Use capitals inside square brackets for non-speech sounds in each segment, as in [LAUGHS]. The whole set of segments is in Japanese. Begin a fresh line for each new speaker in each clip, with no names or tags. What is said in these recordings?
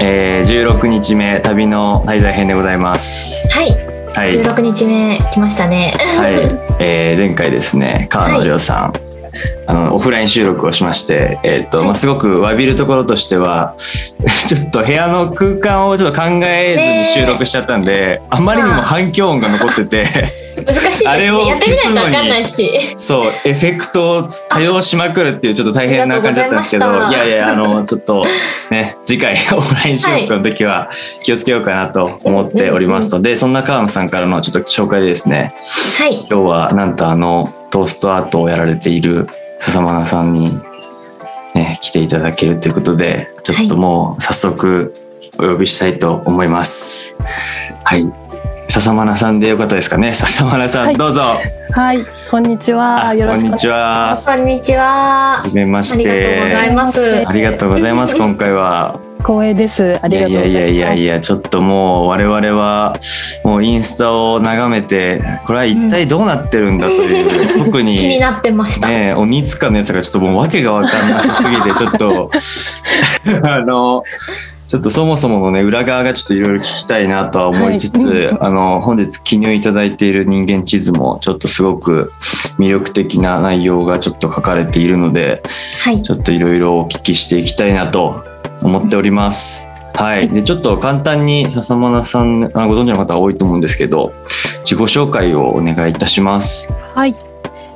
えー、16日目旅の滞在編でございます。
はい、
はい、
十六日目来ましたね。 [LAUGHS]
はい、えー前回ですね川野亮さん、あのオフライン収録をしまして、えーとまあ、すごく詫びるところとしては [LAUGHS] ちょっと部屋の空間をちょっと考えずに収録しちゃったんで、あまりにも反響音が残ってて
難しいです
あれを
ね。やってみないとわかんないし。
そうエフェクトを多用しまくるっていうちょっと大変な感じだったんですけど
ありがと
い
うございま
や
した
いやあのちょっとね次回オフライン収録の時は気をつけようかなと思っておりますので、そんな川野さんからのちょっと紹介でですね
はい、
今日はなんとあのトーストアートをやられている笹真奈さんに、ね、来ていただけるということでちょっともう早速お呼びしたいと思います。はい、笹真奈さんでよかったですかね笹真奈さん、
はい
どうぞ
はい、こんにちは。
あ
よろし
こん
くお願
に
いし
ちはは
こんにちは。
じめま
あ
し
りがとうござい
て
ます。
ありがとうござい
[LAUGHS]
ます今回は
ます。光栄です。ありがとうございます。
やいやいやいやちょっともう我々はもうインスタを眺めてこれは一体どうなってるんだという、
[LAUGHS]
特に
気になってました。
ねえ、鬼塚のやつがちょっともう訳が分かんなさすぎ
[LAUGHS]
て、ちょっと、 [LAUGHS] あの、ちょっとそもそものね、裏側がちょっといろいろ聞きたいなとは思いつつ、
はい
あの、本日記入いただいている人間地図も、ちょっとすごく魅力的な内容がちょっと書かれているので、
はい、
ちょっといろいろお聞きしていきたいなと思っております。はい。で、ちょっと簡単に笹間さん、あご存知の方は多いと思うんですけど、自己紹介をお願いいたします。
はい。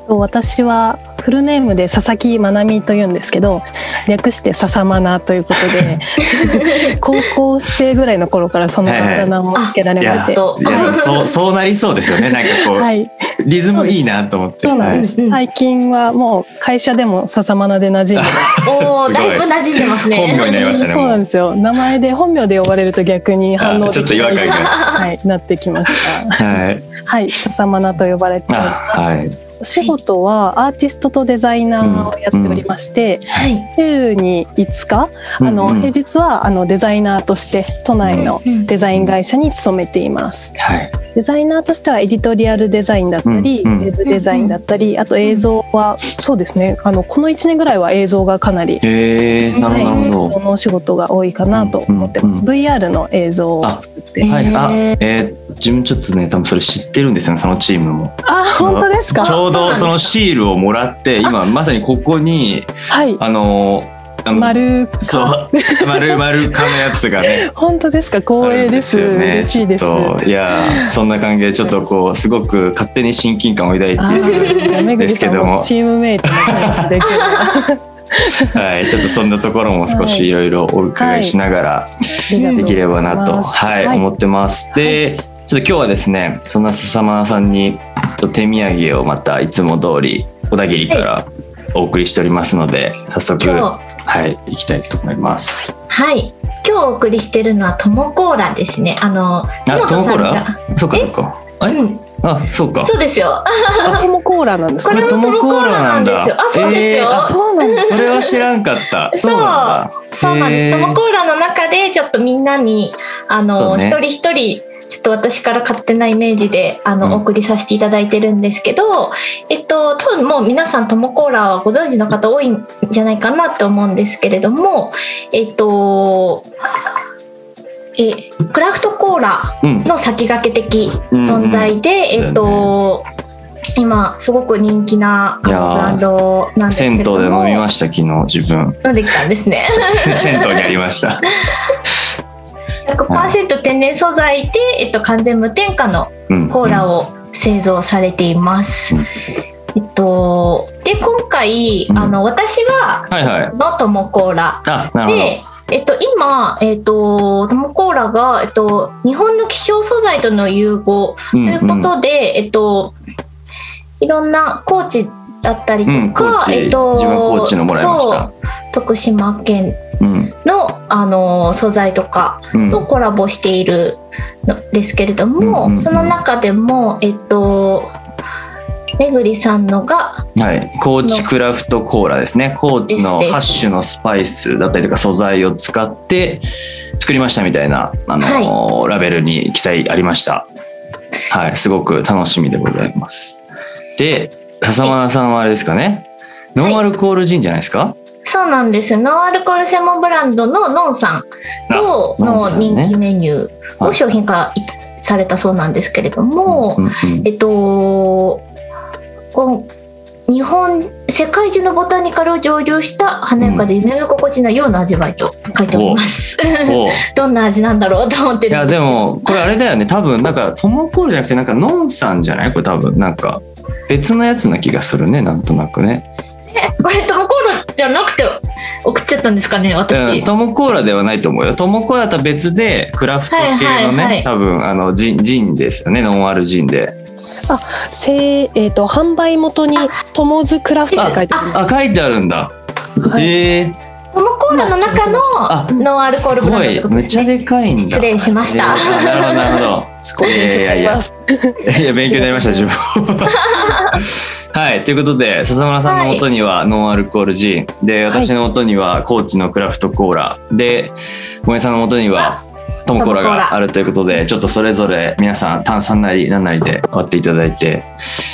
私はフルネームで佐々木まなみと言うんですけど、略して笹まなということ
[LAUGHS]
で、高校生ぐらいの頃からそのあだ名をつけられ
い
まし
や
て、
と
いや
[LAUGHS]
そうそうなりそうですよねなんかこう、
はい、
リズムいいなと思って
そうなんで
う
す。
んうん
最近はもう会社でも笹まなで馴染んで
おお、
すごい
だいぶ馴染んでます
はい本名になりま
ね。
したね
そう
も
なん
う
ですよ。名前で本名で呼ばれると逆に反応
あちょっと
的
違和感が
はい、なってきました。
はい
はい、笹まなと呼ばれてお
あ
ります。
はい
お仕事はアーティストとデザイナーをやっておりまして、
[LAUGHS] はい、
週に5日、あの
うんうん
平日はあのデザイナーとして都内の
うんうん
デザイン会社に勤めています。
はい
デザイナーとしてはエディトリアルデザインだったり、
うんうん
ウェブデザインだったり、あと映像はそうですね。あのこの1年ぐらいは映像がかなり。
へえなるほど
はい
な
映
るほ
像のお仕事が多いかなと思ってます。
うん
VR の映像を作って
ど
あ
はいあ
へー
えー、自分ちょっとね多分それ知ってるんですよねそのチームも
あ、本当ですか。
ちょう
そうな
ど
んです
そのシールをもらって今まさにここに
はい。
あのあの
丸。
そう
[LAUGHS]
丸丸かのやつがね
本当ですか。 [LAUGHS] 光栄です。
あるんよね
嬉しいです。
ちょっといやーそんな感じでちょっとこうすごく勝手に親近感を抱いてい
あーじゃあめぐ
で
り
すけ
さん
ども
もチームメイトの感じで今日は
はい、ちょっとそんなところも少しいろいろお伺いしながら
ありがとうございま
で
す
きればなと、はい
はい
思ってます。で、ちょっと今日はですね、そんな笹間さんにちょっと手土産をまたいつも通り小田切からお送りしておりますので、早速
今日
は。い行きたいと思います。
はい、今日お送りしてるのはトモコーラですね。あの、
あ、
ト
ト
モ
モコ
コー
ー
ラ
ラ？そうかそうか。あれ？
うん、
あ、そうか。
そうですよ。
トモコーラなんです
こ
ね。
れもトモコーラなんですよ。あ、そうです
えー
よ。
あ
そうなんです。
それは知らんかった。
[LAUGHS] そ
そう
う
なんだ。
そうなんです。
へ
ト
ー
モコーラの中でちょっとみんなにあ
そ
の、
うね
一人一人ちょっと私から勝手なイメージであの、
うん
お送りさせていただいてるんですけど、えっと多分もう皆さんトモコーラはご存知の方多いんじゃないかなと思うんですけれども、えっとえクラフトコーラ
うん。
の先駆け的存在で、えっと、今すごく人気なあ
いやー
のブランドなんですけ
銭湯
れ
で
ども
飲みました昨日自分
飲んできたんですね。
銭湯にありま
[LAUGHS]
した
100%天然素材で、えっと、完全無添加の
うん
コーラ
を
を製造されています。
うん
えっと、で今回、
うん
あの私は
はいはい
のトモコーラ
あなるほど
で、えっと、今、えっと、トモコーラが、えっと、日本の希少素材との融合
と
ということで、えっと、いろんな高知だったりと
うん、コー
か、
チ、
えっと、
自分コーチのもらいまし
そ
た
う。徳島県
うん、
のあの素材とか
うん、
とコラボしているのですけれども、
うんうんうん
その中でもえっとめぐりさんのが
はい、コーチクラフトコーラですね。コーチの
ですです
ハッシュのスパイスだったりとか素材を使って作りましたみたいなあのー、ラベルに記載ありました。はい、すごく楽しみでございます。で、笹間さんはあれですかね。ノンアルコールジンじゃないですか。
そうなんですノンアルコール専門ブランドのノンさんと
あノン
の
さんね
人気メニューを商品化いされたそうなんですけれども、
うんうん
えっとこう日本世界中のボタニカルを蒸留した華やかで夢見心地のような味わいと書いております。
おうい
[LAUGHS] どんな味なんだろうと思ってる
や
んです
でもこれあれだよね多分なんかトモコールじゃなくてなんかノンさんじゃないこれ多分なんか別のやつな気がするねなんとなくね
これトモコールじゃなくて送っちゃったんですかね
う
私
ん。トモコーラではないと思うよトモコーラとは別でクラフト系のね、
はいはいはい
多分あのジンジンですよねノンアルジンで
せえー、と販売元に「トモズクラフト」って書いてある
あ書いてあるんだ、
はい
ええー、
トモコールの中
あ
のノンアルコールブラン
すごい
ドってことで
め
す
ちゃ
ね。
でかいんだ
失礼しました
いやなるほど
[LAUGHS]
なる
す
ほどいやいやいやいや勉強になりました自分はいということで笹村さんの元にはノンアルコールジン、で
はい
私の元には高知のクラフトコーラで萌えさんの元にはトムコーラ
トムコー
が
ラ
あるということでちょっとそれぞれ皆さん炭酸なり何なりで割っていただいて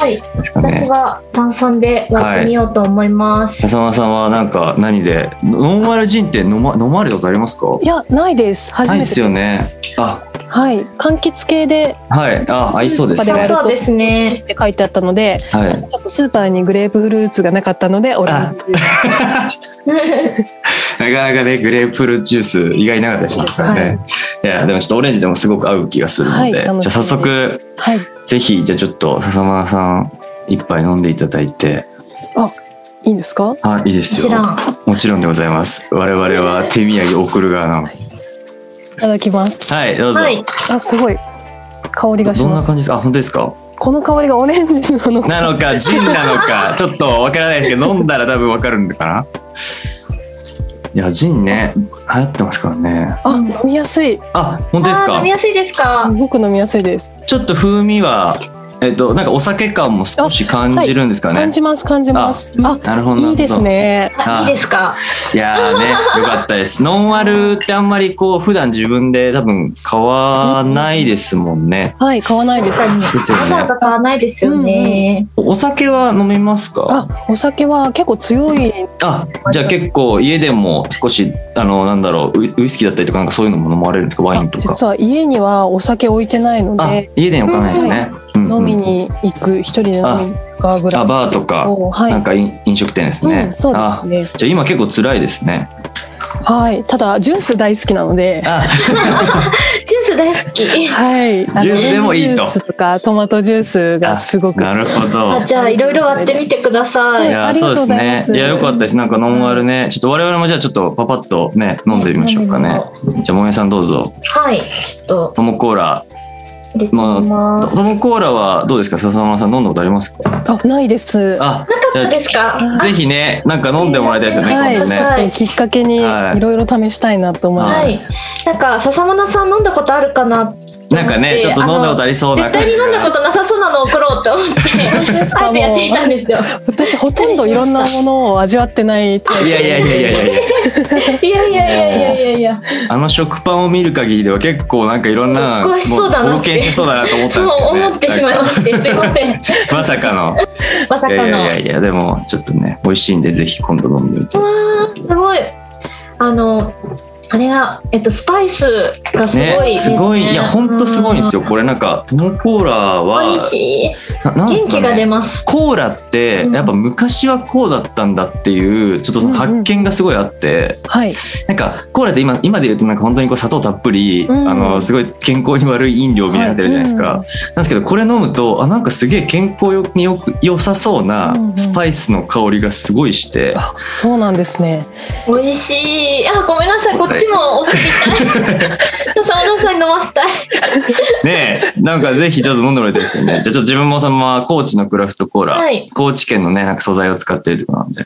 はい。
ですか
私
ね
は炭酸で割ってみようと思います。
笹村さんはなんか何でノンアルジンって飲ま飲まれたことありますか
いやないです初
ない
め
で
て
すよねあ
はい柑橘系で
はいあ合いそうです
そ
そ
ね
う
う
やると
そうですね。
って書いてあったので
はい
ちょっとスーパーにグレープフルーツがなかったのでオレンジ
なかなかね、グレープフルーツジュース意外なかったりしますからね。い、や、でもちょっとオレンジでもすごく合う気がするので、
はい
じゃあ
楽しみです
早速、
はい
ぜひ、じゃあちょっと笹村さん、一杯飲んでいただいて、
いいんですか
あ、いいで
も
す
ち
よ。
ろん。
も
あ
ちろんでございます。我々は手土産を送る側なので。
いただきます
はい、どうぞ。
はい
あすごい香りがし
どん
ま
な
す
感じですかあ、本当ですか
この香りがオレンジなの
なのか、ジンなのか、ちょっとわからないですけど、飲んだら多分わかるんだかな。いや、ジンね、流行ってますからね。
あ飲みやすい
あ、本当です
ー
か
飲みやすいですか
す。ごく飲みやすいです
ちょっと風味は、えっと、なんかお酒感も少し感じるんですかね。
感じます感じますあ
なるほどなるほど。
いいです。ね
あいいですか。
いや
[LAUGHS]
ーね、よかったです。ノンアルってあんまりこう、普段自分で多分買わないですもんね。
はい買わないで
確
す
かに。
で
わ
すよね
ざわざ買わないですよね。
お酒は飲みますか
あお酒は結構強い
あじゃあ結構家でも少し、あの、なんだろう、ウウイスキーだったりとかなんかそういうのも飲まれるんですかワインとか。
実は家にはお酒置いてないの
あ
で、
家では置かないですね。うんうん
飲みに行く一人で飲みに行くかぐら
あ、
い
バーとか、
おはい
なんか飲飲食店ですね。
うん、そうで
あ
すね
じゃあ今結構辛いですね。
はいただジュース大好きなので
あ、
ジュース大好き。
はいあの
ジュースでもいいと
オレンジジュースとかトマトジュースがすごく好き
なるほど。
あじゃあいろいろ割ってみてくださ
い
い。
や
あり
そう
が
で
と
す
うございま
ね
す。
いやよかったです。なんかノンアルね、ちょっと我々もじゃあちょっとパパッとね飲んでみましょうかね。じゃあもえさんどうぞ。
はい。ちょっと
トモコーラ。
入れてみま
ト
す。
モコーラはどうですか、笹山さん飲んだことありますか。
あないです
あ、じ
どう
ゃ
ですか。
あぜひね、なんか飲んでもらいたいですよね。
はい、
今度
ちょ
ね
っときっかけにい
はい
ろいろ試したいなと思います、
はい。なんか笹村さん飲んだことあるかな。
なんかね、ちょっと飲んだことありそうな
絶
感
対
じ
に飲んだこ
が。
となさそうなの送ろうと思って、あえてやってみたんですよ。
私ほとんどいろんなものを味わってないタイプ
いやいやいやいやいや。
いやいやいやいやいやいや。
あの食パンを見る限りでは結構なんかいろんな
うん
も
ご
う
ちそうだな
冒
って
険しそうだなと思った
そ
ん
う
ですけどね。
思ってしまいまして、すいません。
なんか [LAUGHS] まさかの。
まさ
い
か
やい
の。
や
わ
いやいやでもちょっとね美味しいんでぜひ今度飲んでみて。
ーすごい。あの、あれが、えっと、スパイスがすごい、
ね、すごい、いや、本当すごいんですよ。これなんか、トモコーラ
美
は
味。しい。
ななんです
元
かね
気が出ます。
コーラって、
うん
やっぱ昔はこうだったんだっていう、ちょっとその発見がすごいあって。
はい
なんか、コーラって今、今で言うと、なんか本当にこう砂糖たっぷり、
うん
あの、すごい健康に悪い飲料みたいになってるじゃないですか。
はいうん
なんですけど、これ飲むと、あ、なんかすげえ健康よによく、良さそうな
うんう。ん
スパイスの香りがすごいして。
あそうなんですね
美味しい。あ、ごめんなさい。こっちも送り
[LAUGHS]
たい。サウナさんに飲ませたい。
ねえ、なんかぜひちょっと飲んでもらいたいですよね。じゃあちょっと自分もそのまま高知のクラフトコーラ、
はい
高知県のね、なんか素材を使ってるとこなんで。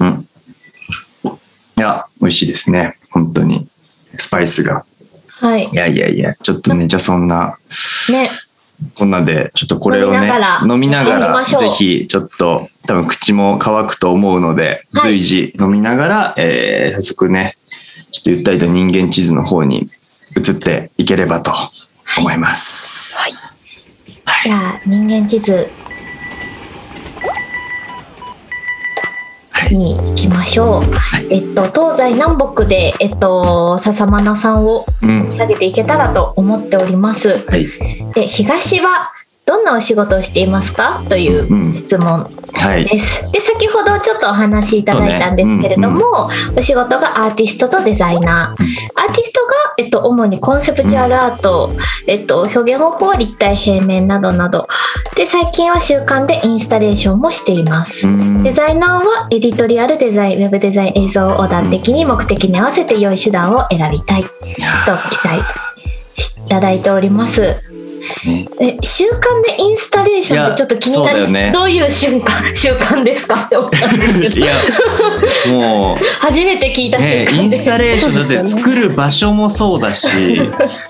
うん。いや、美味しいですね。本当に。スパイスが。
はい
い。やいやいや、ちょっとね、じゃあそんな、
ね。
こんなんで、ちょっとこれを
飲
ね
みながら、
飲みなが
飲み
ら、
ましょう
ぜひちょっと、多分口も乾くと思うので、
はい
随時飲みながら、えー、早速ね、ちょっとゆったりと人間地図の方に移っていければと思います。
はい
じゃあ、人間地図。
はい
に行きましょう。
はい
えっと、東西南北で、えっと、笹まなさんを
うん。
下げていけたらと思っております。
はい。
で、東はどんなお仕事をしていますかという質問
はい。
です。で、先ほどちょっとお話しいただいたんですけれども、お仕事がアーティストとデザイナー。アーティストが、えっと、主にコンセプチュアルアート、えっと、表現方法は立体平面などなど。で、最近は習慣でインスタレーションもしています
う。ん
デザイナーはエディトリアルデザイン、ウェブデザイン、映像を横断的に目的に合わせて良い手段を選びたいと記載いただいております。
ね
え習慣でインスタレーションってちょっと気にないり
やそ
す、
うだよね
どういう瞬間 [LAUGHS] 習慣ですかって思ったんで
い
すけど
や、
[LAUGHS]
もう。
初めて聞いた瞬
ね、イ
間
ン
で、
スタレーションだっ
そう
て
ですよね
作る場所もそう
[LAUGHS]
だし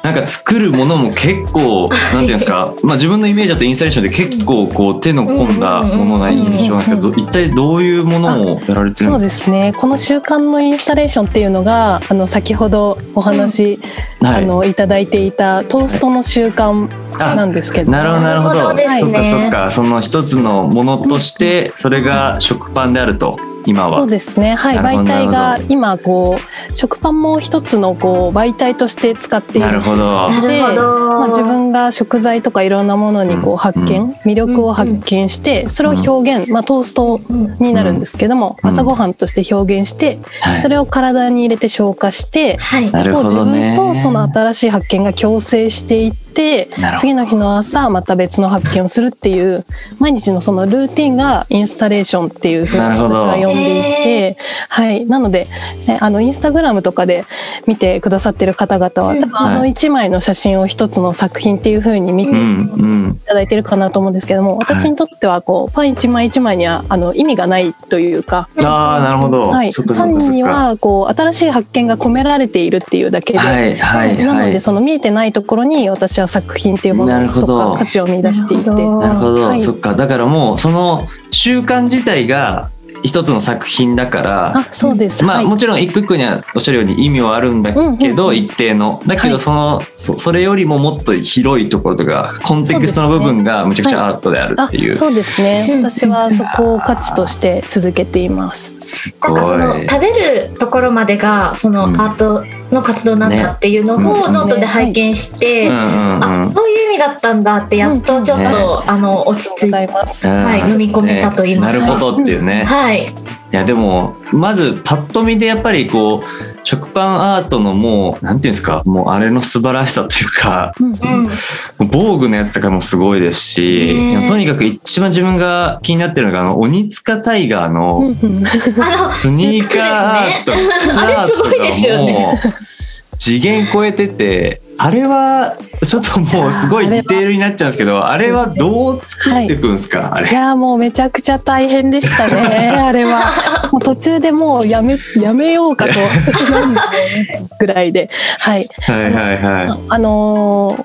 なんか作るものも結構なんていうんですか、まあ、自分のイメージだとインスタレーションって結構こう手の込んだものな印象なんですけど
うんうんうんうん
ど一体どういうものをやられてる
そ
ん
う
で
ですねこの習慣のインスタレーションっていうのがあの先ほどお話、
すか、は
あ
い、
のいただいていたトーストの習慣な
あ
んですけど、
なるほどなるほ
なるほ
ど、
どですね
そっかそっかその一つのものとしてそれが食パンであると今
そ
は
う。ですねはい
なるほど
媒体
な
が
るほ
今こう食パンも一つのこう媒体として使ってい
なる
る
ほど。
なるほど、
まあ、自分が食材とかいろんなものにこ
うん
う発見、
うん
魅力を発見してそれを表現、まあ、トースト
うん
になるんですけども、
うん
朝ごはんとして表現して、
はい
それを体に入れて消化して、
はい
なる
こう
ほ
自
どね
分とその新しい発見が共生していって
なるほど
次の日の朝また別の発見をするっていう毎日のそのルーティンがインスタレーションっていうふうに
なるほど
私は呼んでいて、はい、なので、ね、あのインスタグラムとかで見てくださってる方々
う
は
ん
多分あの1枚の写真を一つの作品っていうふうに見
う
て
ん
い
うん。
ただいてるかなと思うんですけども私にとってはこうパン1枚1枚にはあの意味がないというか。
ああなるほど。
はい、
そっかそっか
パン
そっ
に
か。
はこう新しい発見が込められているっていうだけで、
はいはいはい。
なのでその見えてないところに私は作品っていうも
なる
の
ほ
と
ど
か価値を見出していて
なるほど
なるほど、
はい
そっかだからもうその習慣自体が一つの作品だから
あそうです、
まあ、
はい
もちろん一個一個にはおっしゃるように意味はあるんだけど、
うんうんうん
一定のだけど
はい
その、そそれよりももっと広いところとかコンテクストの部分がむちゃくちゃアートである
あ
っていう。
そうです
うんうん
ね私はそこを価値として続けています
す
なん
ごい
かその食べるところまでがその
うん
アートの活動なんだっていうのを
ね
ノートで拝見して、
うんうんう
あ
ん
そういう意味だったんだってやっとちょっと、
うんね
あの落ち着い
ござ
て
います
はい
うん
飲み込めたと言いま
ね
すか
なるほどっていうね、
はい
いやでもまずパッと見でやっぱりこう食パンアートのもうなんていうんですかもうあれの素晴らしさというか
うん
[LAUGHS]
うん
防具のやつとかもすごいですし、
ねえ
でもとにかく一番自分が気になってるのがあの鬼塚タイガー
う
の
んうん
あ
スニーカーアート、靴アート
あれすごいですよ
がも
ね
う次元超えててあれはちょっともうすごいディテールになっちゃうんですけどあれはどう作っていくんですか、あ
い
れ。
やーもうめちゃくちゃ大変でした
[LAUGHS]
ねあれはもう途中でもうやめやめよ
[LAUGHS]
うかとぐらいではい
はいはいは
あのー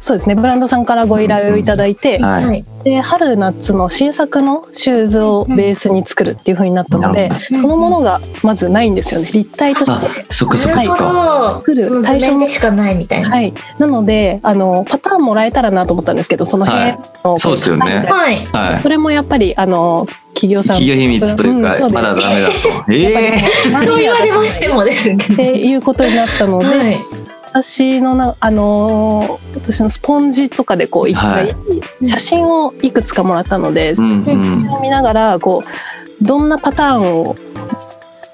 そうですねブランドさんからご依頼をいただいて、
い。はい
の、はい
で春夏の新作のシューズをベースに作るっていう風になったので、
うんうん
そのものがまずないんですよね立体と
あ
して。
そっかそっかそっか。
なるほ
来る
ど対
対象
象でしかないみたいな
はい、なのであのパターンもらえたらなと思ったんですけどその辺
は
の
い、そうですよね
はい
はい
はい。
それもやっぱりあの企業さん
企業秘密というか、
んそです
まだダメだと。ええ
と言われましてもです
っ
ね
ていうことになったので、
はい
私のなあのー私のスポンジとかでこう一
は
回写真をいくつかもらったので、
うんうん。
見ながらこうどんなパターンを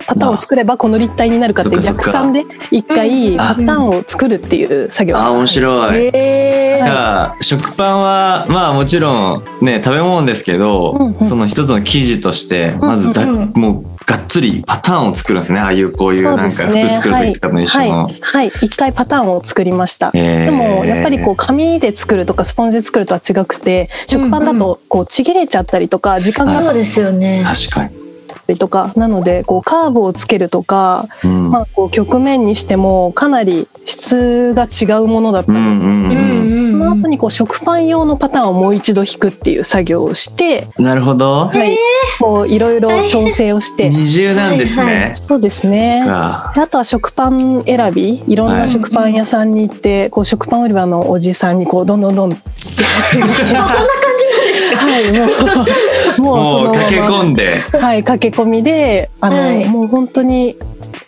パターンを作ればこの立体になるかっていう
そっか
逆
そっか
算で一回
うん
パターンを作るっていう作業
あ、面白い。
へ
じ
ー
ゃあ食パンはまあもちろんね食べ物ですけど、
うんうん
その一つの生地としてまずざ、
うんうん
もうがっつりパターンを作るんですねああいうこういう
そ
なん
う
か
で
服
す
作
ね
る時とかの一緒
はい
の。
はい一回パターンを作りました。
で
でもやっぱりこう紙で作るとかスポンジで作るとは違くて食パンだとこうちぎれちゃったりとか時間があ
そ
っ
うですよね
確かに、
たりとかなのでこうカーブをつけるとか
うん
まあこう局面にしてもかなり質が違うものだった
う
り
んうん
う
うん
んうん
その
うん
後にこう食パン用のパターンをもう一度引くっていう作業をして、
なるほど
はい、こういろいろ調整をして、
二重なんです
はい
ね。
そうですね。
が
であとは食パン選び、いろん
は
ない食パン屋さんに行って、こう食パン売り場
[LAUGHS]
のおじさんにこうどんどんどん、
あそんな感じなんですか
はい、も
[LAUGHS]
うもう
もう
そのま
駆け
ま
込んで。
はい駆け込みであの、
はい
もう本当に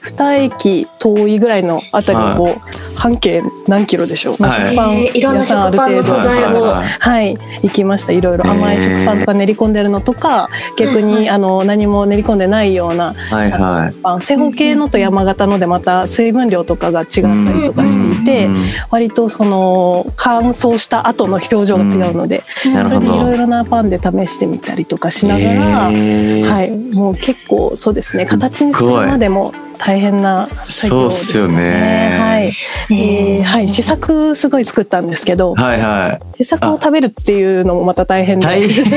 二駅遠いぐらいのあたりをこう、半径何キロでしょう、
はい
食パン
えーいろんな
皆さ
食パンの
ある
素
程度
材を
はいはいはい
はい、行きました。いろいろ甘い食パンとか練り込んでるのとか、逆
はいは
に
い
あの何も練り込んでないような
はいはい。
パン、正方形のと山形のでまた水分量とかが違ったりとかしていて
う、ん
割とその乾燥した後の表情が違うので、
なるほど
それでいろいろなパンで試してみたりとかしながら、
えー
はい、もう結構そうです
す
ね、
っごい
形にするまでも大変な作業でしたね。
そうっすよね
はい。
え
えーはい、試作すごい作ったんですけど、
はい
[LAUGHS]
はい。
試作を食べるっていうのもまた大変で。
大
[LAUGHS]
変だ。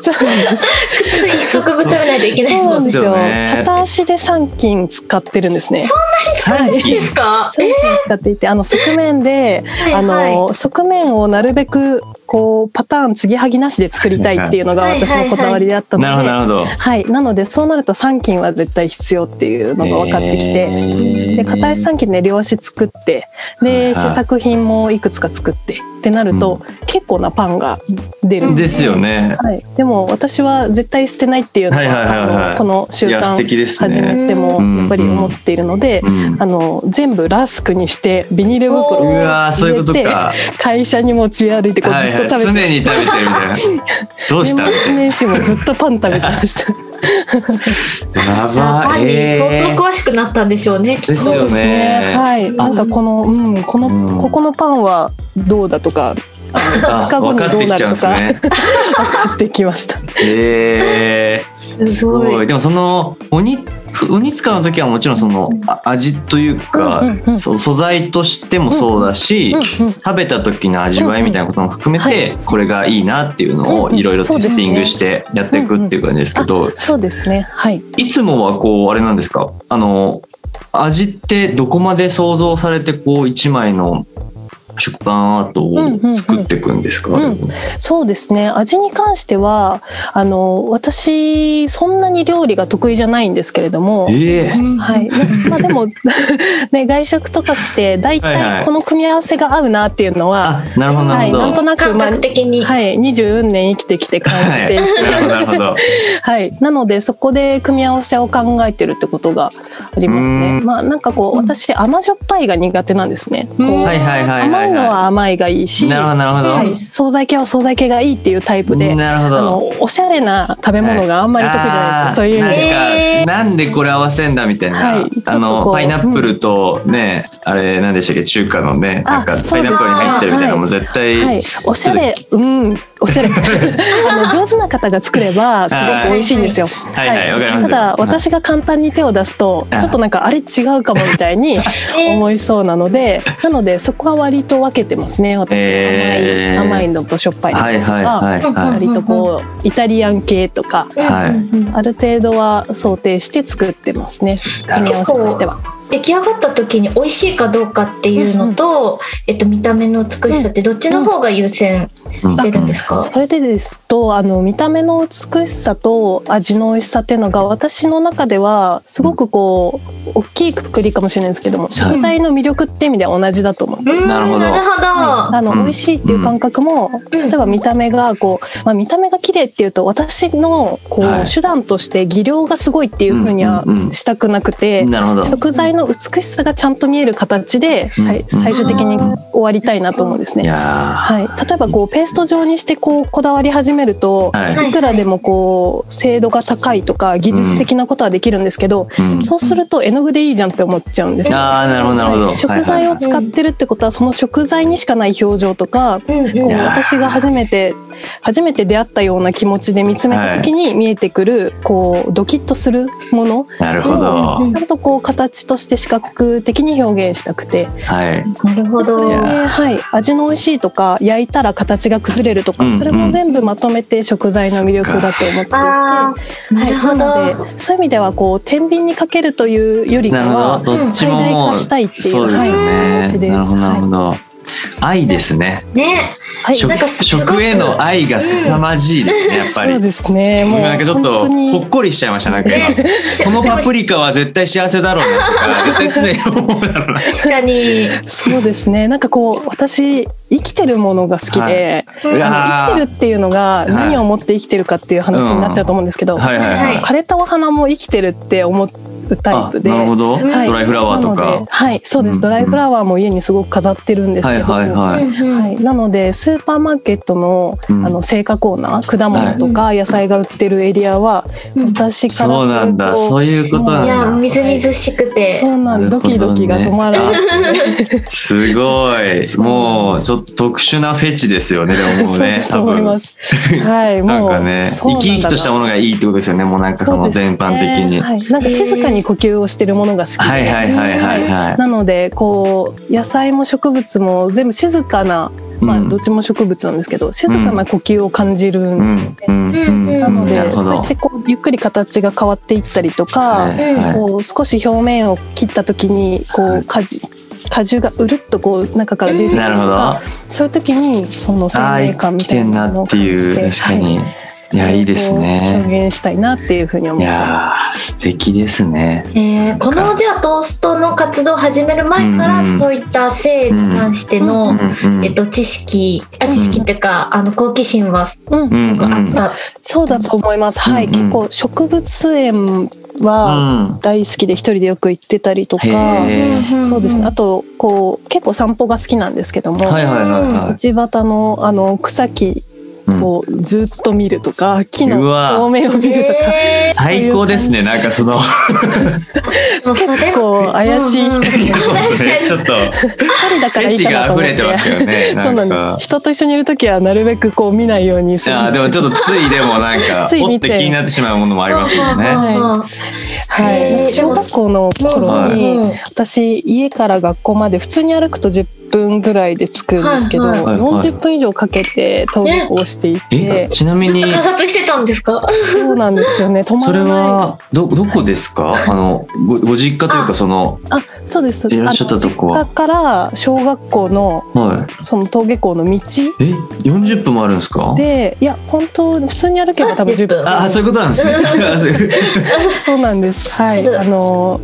そうなんです。
つい一足分食べないといけない
そうなん
で
ですよ
そうですよね。
片足で三斤使ってるんですね。 [LAUGHS]
三
す。いい
期
ですか。
三斤使っていて、あの側面で、
はい
あ
はい
の側面をなるべくこうパターン継ぎはぎなしで作りたいっていうのが
はいはい
私のこだわりだったの
なるほど
で。
なるほど。
はい、なのでそうなると三斤は絶対必要っていうのが分かってきて、
えー
で片足三斤で両足作って
はいは
で
い
試作品もいくつか作ってってなると、結構なパンが出るん
ですよね。
はい、でも私は絶対捨てないっていうのは,、
はいはいはいはい
あのこの習
いや素
慣
敵です
始
ね。
めてもやっぱり思っているので、
うん
あの全部ラスクにしてビニール
う
袋を
わーそういうことか。
会社に持ち歩いてこうずっと食べて、
常に食べてるみたいな。どうしたみ
年末年始もずっとパン食べてま
[LAUGHS]
した。
たいな。やば
パン
い。
に
え
相
ー
当詳しくなったんでしょうね。きっと
ですよね
はい。なんかこの、うん、この、
うん
ここのパンはどうだと
[LAUGHS]
か、
あ
2日後
分
に
かっ
どう
てき
な
ちゃうん
ると
です
か、
ね。
できました。
えー。
す
す
ご
ご
い
い。。でもその鬼鬼塚の時はもちろんそのあ味というか
うんうんうん
そ素材としてもそうだし
うんうん
食べた時の味わいみたいなことも含めてこれがいいなっていうの
う
を
んうん
いろいろテ
そう
イ
ですね
スティングしてやっていくっていう感じですけど
そうですね。はい。
いつもはこうあれなんですかあの味ってどこまで想像されてこう一枚の食パンアートを作っていくんですか、
うんうんうんそうですね味に関してはあの私そんなに料理が得意じゃないんですけれども、
ええ
はい、まあでも、 [LAUGHS] ね、外食とかして大
はいはい
体この組み合わせが合うなっていうのは、
あなるほどな
は
る
い、
ほど。
なんとなく、
感
まあ
覚的に。
はい、24年生きてきて感じ
は
て、
い、
はい
なるほどなるほど。
なのでそこで組み合わせを考えてるってことがありますね。
うん
まあなんかこう私甘じょっぱいが苦手なんですね。こう
うん
はいはいはいはい、はい。
甘いのは甘いがいいし、
なるほどなるほど。
はい、惣菜系は惣菜系がいいっていうタイプで、
なるほ
あ
ど。
のおしゃれな食べ物があんまり得意じゃないですか、そういう意味
な
で。
んか、なんでこれ合わせんだみたいな、
はいちょっとこう
あのパイナップルとね、あれなんでしたっけ中華のね
あ
なんか
そ
パイ
うです
ナップルに入ってるみたいなのも絶対、
はい、おしゃれ、うん、お
[LAUGHS]
しゃれ。あの上手な方が作れば、すごく美味しいんですよ。
はいはいわかります
ただ、私が簡単に手を出すと、
あ
ちょっとなんか、あれ違うかもみたいに
えー
思いそうなので。なので、そこは割と分けてますね。私は甘い、
えー
甘いのとしょっぱいのとか、
はいはいはいは
割とこう、イタリアン系とか。
はい
うんうん
ある程度は想定して作ってますね。組み合わせとしては。
出来上がった時に美味しいかどうかっていうのと、えっと見た目の美しさってどっちの方が優先してるんですか。
それでですとあの見た目の美しさと味の美味しさっていうのが私の中ではすごくこう、大きいくくりかもしれないんですけども食材の魅力って意味では同じだと思う。
うん
なるほど
なるほど。
あの
うん
美味しいっていう感覚も、
うん
例えば見た目がこう、まあ、見た目が綺麗っていうと私のこう、
はい
手段として技量がすごいっていうふうには
うんうんうん
したくなくて、
い。なるほど。
食材の美しさがちゃんと見える形で、さ
う
い
ん
最終的に終わりたいなと思うんですね
い。や
はい、例えばこうペースト状にしてこうこだわり始めると
ー、、はい
はい
い。
いくらでもこう精度が高いとか技術的なことはできるんですけど、
うん
そうすると絵の具でいいじゃんって思っちゃうんですよ。
ああなるほどなるほど。
はい食材を
はい
使ってるってことはその食材にしかない表情とか、
うん
こう
うん
やー
私が初めて初めて出会ったような気持ちで見つめた時に見えてくるこうドキッとするもの
なるほ
うんうん
ど。
ちゃんとこう形として視覚的に表現したくて
はい。
なるほ
それ
ど。
で、
いや
はい、味の美味しいとか焼いたら形が崩れるとか、
うん
それも全部まとめて食材の魅力だと思っていて、
あ
は、
あ、ないるほ
な
ど。
のでそういう意味ではこう天秤にかけるというよりか
なるほ
は
ど。どっち
最
も
大
も
化したいっていう
そうです
はい気持ち
ね。
です
なるほどなるほど。愛ですね。
ね、
はい
食
なんかすごく
食への愛が凄まじいですね、やっぱり。
そうですね。もう
なんかちょっとほ
本当に
っこりしちゃいましたなんか今
ね
[LAUGHS] このパプリカは絶対幸せだろうなと
[LAUGHS]
か絶対常に思うだろうな
確かに。
そうですね。なんかこう私生きてるものが好きで、
いや
あの生きてるっていうのが
い
何を思って生きてるかっていう話になっちゃうと思うんですけど、
はいはいはい
い
枯れたお花も生きてるって思うタイ
あ
プで。
なるほど、
はい
ドライフラワーと
なの
か
ではい、そうです、
うん
ドライフラワーも家にすごく飾ってるんです
は
け
い
ど、
はい
うん
はい、
うん
はいなのでスーパーマーケットの,、
うん
あの青果コーナー果物とか野菜が売ってるエリアは、
うん
私か
そうな
らす
ん
る
だ
と
そういうこと
いや
なん
み
だ
ずみずしくて。
そうなん
なる
ド
ほどね
キドキが止まらない。 [LAUGHS]
すごいもうちょっと特殊なフェチですよねでもも
そうう
ね
だと
多
思い
分
ます。はい、
なん
もう
かね
そ
生
うなん
き
だ
生きとしたものがいいってことですよねもうなんかそ
そ
の
うです
全
ね
般的に、
はい、なんか静かに呼吸をしてるものが好きで、
はいはいはいはいはい
なのでこう野菜も植物も全部静かな、ま
う
あ
ん
どっちも植物なんですけど静かな呼吸を感じるん
う
で
ん
すよね。
うんうん
な
なので、
なるほ
そう
ど
やってこうゆっくり形が変わっていったりとか、
はいはい
こう少し表面を切った時にこう果汁果汁がうるっとこう中から出てくると
なるほど
かそういう時にその生
ああ
命
生
感み
き
た
て
い
ん
な
な
のを
って
感じて
いう確かに、、
はい
やいいです
それをこう
ね
表現したいなっていうふうに思
い
ってま
やー
す。
素敵ですね
えーこのじゃあトーストの活動を始める前から、
うんうん
そういった性に関しての、
うんうん
えっと、知識あ知識っていうか、あの好奇心はす
うん
うん
ご
う
くあっ
ん
た、
そうだと思います。はい、
うんうん
結構植物園は
うん
大好きで一人でよく行ってたりとか、
へえ
んんん
そうですね。あとこう結構散歩が好きなんですけども、
はいはいはいはい
道端のあの草木
うん
をずっと見るとか、木の
うわ
表面を見るとか、
え
最高ですねなんかその
ー、もう
[LAUGHS]
それ
結構怪しい
うん
人
うん
一
そうです [LAUGHS] ねちょっと
人だから
エ
い
ッ
い
チ
かな
が溢
と思っ
れ
て。
てますけどね
そうなん
か
です。人と一緒にいるときはなるべくこう見ないようにす
い
る
やー
ん
で
です
もちょっとついでもなんか
つい
おっ
見て
て気になってしまうものもありますもん
うん
ね。
うんうん
は
へーでも
い。小学校の頃に、
もう、
私家から学校まで普通に歩くと10分ぐらいで着くんですけど、
はいはい
はいはい
40分以上かけて登録をしてい
え
て、
ちなみ
ずっ
に
と観察してたんですか
そうなんですよね止ま
[LAUGHS] それ
らない
はどどこですかあのごご実家というかその
そうです
いらっしゃった
あの
とこ
実家
は。
から小学校の
は
その登下校の道
い。え四十分もあるんですか。
でいや本当普通に歩けば多分10
10分
分
あーそういうことなんですね。 [LAUGHS]
そうなんですは
う
い
ん
あの